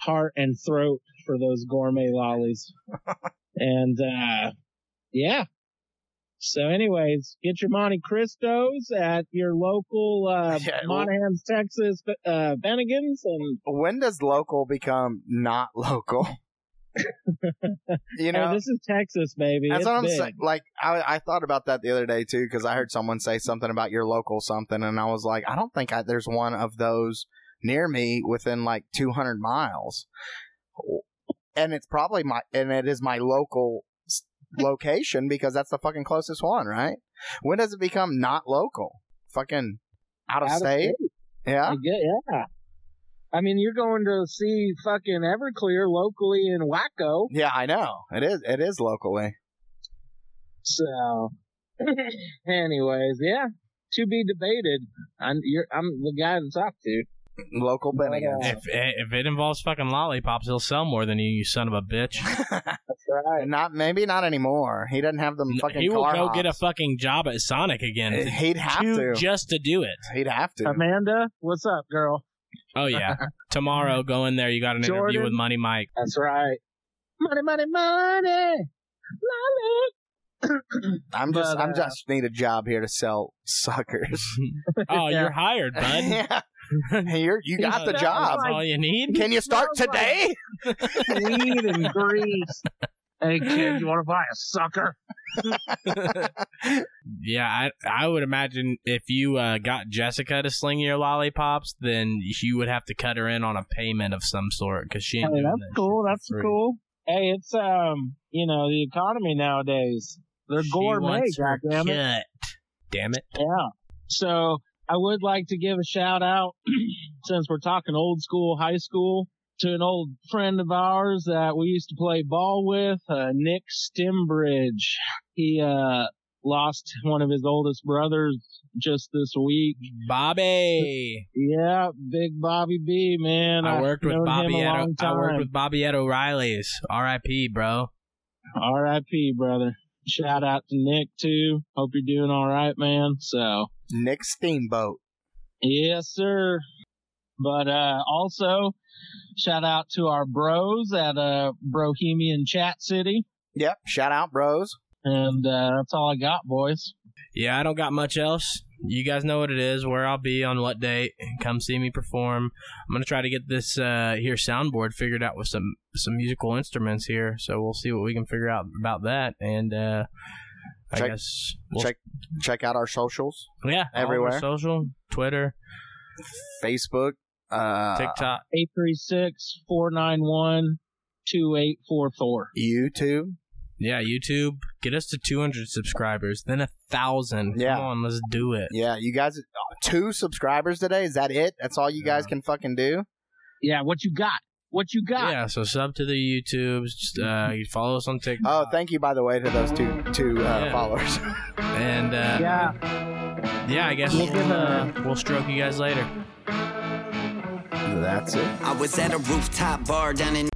S3: heart and throat for those gourmet lollies. and, uh, yeah. So, anyways, get your Monte Cristos at your local, uh,
S2: Yeah, well-
S3: Monahans, Texas, uh, Bennigan's and
S2: When does local become not local? you
S3: Hey,
S2: know,
S3: this is Texas, baby.
S2: that's
S3: it's
S2: what I'm
S3: big.
S2: saying. Like, I, I thought about that the other day too, because I heard someone say something about your local something, and I was like, I don't think I, there's one of those near me within like 200 miles, and it's probably my and it is my local s- location because that's the fucking closest one, right? When does it become not local? Fucking out of,
S3: Out of
S2: state? Yeah.
S3: I get, yeah. I mean, you're going to see fucking Everclear locally in Waco.
S2: Yeah, I know. It is. It is locally.
S3: So, anyways, yeah, to be debated. I'm you're, I'm the guy to talk to.
S2: Local Bennigan.
S3: Yeah.
S1: If eh, if it involves fucking lollipops, he'll sell more than you, you son of a bitch.
S3: That's right.
S2: not maybe not anymore. He doesn't have them fucking
S1: he will
S2: car
S1: go
S2: hops.
S1: get a fucking job at Sonic again.
S2: He'd have to.
S1: to- Just to do it.
S2: He'd have to.
S3: Amanda, what's up, girl?
S1: Oh yeah. Tomorrow, go in there. You got an interview
S3: Jordan.
S1: with Money Mike.
S3: That's right. Money, money, money, money.
S2: I'm just.
S3: But,
S2: I'm
S3: uh,
S2: just need a job here to sell suckers.
S1: oh,
S3: Yeah.
S1: you're hired, bud.
S2: yeah. You're, you got the
S3: Sounds
S2: job.
S1: That's all you need.
S2: Can you start
S3: Sounds like-
S2: today?
S3: Weed and grease. Hey kid, you want to buy a sucker?
S1: Yeah, I I would imagine if you uh, got Jessica to sling your lollipops, then you would have to cut her in on a payment of some sort because she. Ain't
S3: Hey,
S1: doing
S3: that's
S1: that
S3: cool.
S1: shit for
S3: That's
S1: free.
S3: cool. Hey, it's um, you know, the economy nowadays. They're
S1: She
S3: gourmet,
S1: wants her
S3: goddammit.
S1: cut. Damn it!
S3: Yeah. So I would like to give a shout out, since we're talking old school, high school, to an old friend of ours that we used to play ball with, uh, Nick Stimbridge. He uh, lost one of his oldest brothers just this week.
S1: Bobby.
S3: Yeah, big Bobby B, man.
S1: I
S3: I've
S1: worked with
S3: known him
S1: Bobby
S3: a
S1: at
S3: long
S1: I worked
S3: time.
S1: with Bobby at O'Reilly's. R.I.P. Bro.
S3: R.I.P. brother. Shout out to Nick too. Hope you're doing all right, man. So.
S2: Nick Steamboat.
S3: Yes, sir. But uh, also, shout out to our bros at uh, Brohemian Chat City.
S2: Yep. Shout out, bros.
S3: And uh, that's all I got, boys.
S1: Yeah, I don't got much else. You guys know what it is, where I'll be, on what date. Come see me perform. I'm gonna try to get this uh, here soundboard figured out with some some musical instruments here. So we'll see what we can figure out about that. And uh, I
S2: Check-
S1: guess we'll,
S2: check Check out our socials:
S1: yeah all of our
S2: everywhere.
S1: social, Twitter,
S2: Facebook, uh,
S1: TikTok.
S3: 836 491 2844.
S2: YouTube.
S1: Yeah, YouTube. Get us to 200 subscribers, then a thousand.
S2: Yeah.
S1: Come on, let's do it.
S2: Yeah, you guys. Two subscribers today. Is that it? That's all you guys
S1: Yeah.
S2: can fucking do.
S3: Yeah, what you got? What you got?
S1: Yeah, so sub to the YouTubes. just, Uh, you follow us on
S2: Oh,
S1: TikTok.
S2: thank you, by the way, to those two two uh,
S1: Yeah.
S2: followers.
S1: and uh, yeah.
S3: Yeah,
S1: I guess
S3: We'll give
S1: we'll,
S3: it
S1: uh,
S3: a-
S1: we'll stroke you guys later.
S2: That's it.
S4: I was at a rooftop bar down in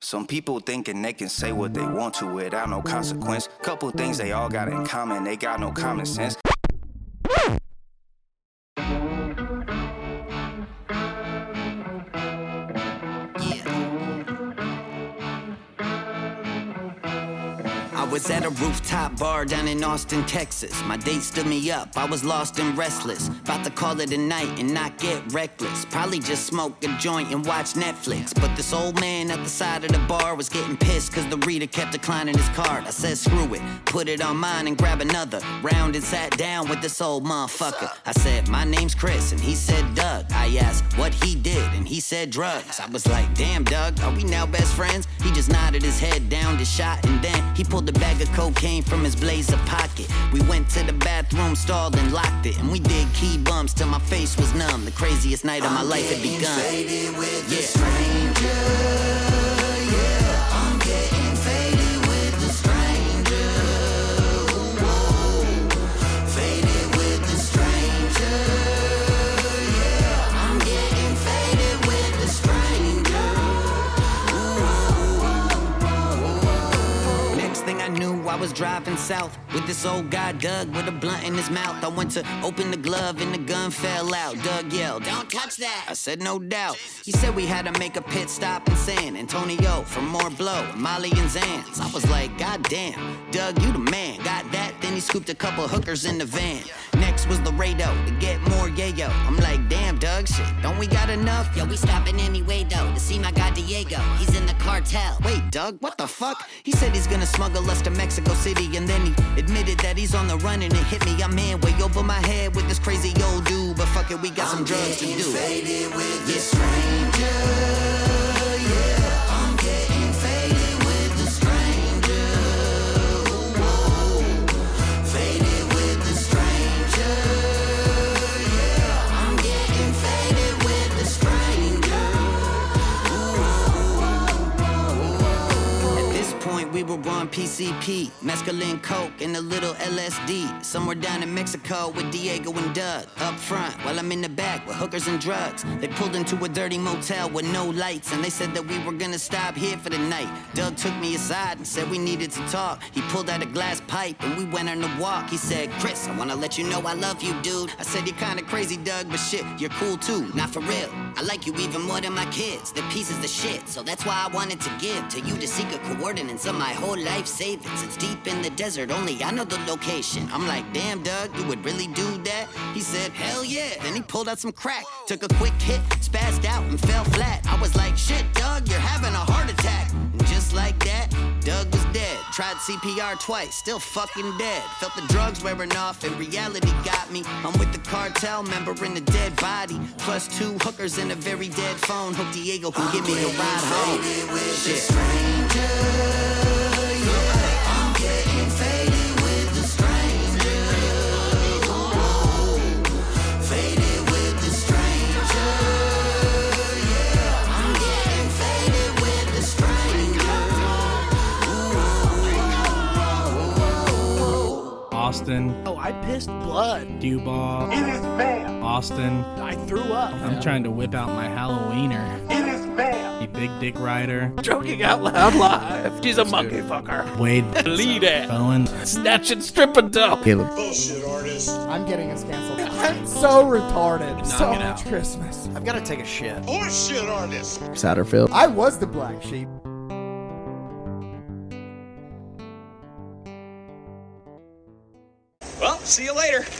S4: Some people thinking they can say what they want to without no consequence. Couple things they all got in common, they got no common sense. I was at a rooftop bar down in Austin, Texas. My date stood me up, I was lost and restless. About to call it a night and not get reckless. Probably just smoke a joint and watch Netflix. But this old man at the side of the bar was getting pissed because the reader kept declining his card. I said, screw it, put it on mine and grab another. Round and sat down with this old motherfucker. I said, my name's Chris, and he said, Doug. I asked what he did, and he said, drugs. I was like, damn, Doug, are we now best friends? He just nodded his head down to shot, and then he pulled a bag of cocaine from his blazer pocket. We went to the bathroom stall and locked it, and we did key bumps till my face was numb. The craziest night of my life had begun. yeah. I'm getting faded with the stranger. was driving south with this old guy, Doug, with a blunt in his mouth. I went to open the glove and the gun fell out. Doug yelled, Don't touch that. I said, No doubt. He said we had to make a pit stop in San Antonio for more blow, Molly and Zans. I was like, God damn, Doug, you the man. Got that? Then he scooped a couple hookers in the van. Next was Laredo to get more yayo. I'm like, damn, Doug, shit, don't we got enough?
S5: Yo, we stopping anyway though to see my guy Diego. He's in the cartel.
S4: Wait, Doug, what the fuck? He said he's gonna smuggle us to Mexico City, and then he admitted that he's on the run, and it hit me. I'm in way over my head with this crazy old dude, but fuck it, we got some drugs to do.
S5: Faded with
S4: Yeah.
S5: the stranger. Yeah, I'm getting faded with the stranger. Whoa, faded with the stranger. Yeah, I'm getting faded with the stranger.
S4: At this point, we were on PCP, mescaline coke, and a little LSD. Somewhere down in Mexico with Diego and Doug. Up front, while I'm in the back with hookers and drugs. They pulled into a dirty motel with no lights, and they said that we were gonna stop here for the night. Doug took me aside and said we needed to talk. He pulled out a glass pipe, and we went on a walk. He said, Chris, I wanna let you know I love you, dude. I said, You're kinda crazy, Doug, but shit, you're cool too. Not for real. I like you even more than my kids. They're pieces of shit, so that's why I wanted to give to you to seek a coordinates of my whole life savings. It's deep in the desert, only I know the location. I'm like, damn, Doug, you would really do that? He said, hell yeah. Then he pulled out some crack, took a quick hit, spazzed out, and fell flat. I was like, shit, Doug, you're having a heart attack. And just like that, Doug was dead. Tried CPR twice, still fucking dead. Felt the drugs wearing off, and reality got me. I'm with the cartel member in a dead body, plus two hookers and a very dead phone. Hope Diego can give me a ride home.
S5: Faded with the
S4: Shit.
S5: stranger. Yeah, I'm getting faded with the stranger. Whoa, faded with the stranger. Yeah, I'm getting faded with the stranger.
S6: Austin,
S7: Oh, I pissed blood.
S6: Cuba. It is bad. Austin,
S7: I threw up.
S6: I'm trying to whip out my Halloweener. It is bad. You big dick rider.
S7: Joking out loud live. She's a monkey fucker.
S6: Wade
S7: Lead it.
S6: Bowen.
S7: Snatch and strip until.
S8: I'm getting us canceled. I'm so retarded. so
S1: it
S8: much Christmas.
S2: I've got to take a shit. Satterfield.
S8: I was the black sheep.
S9: Well, see you later.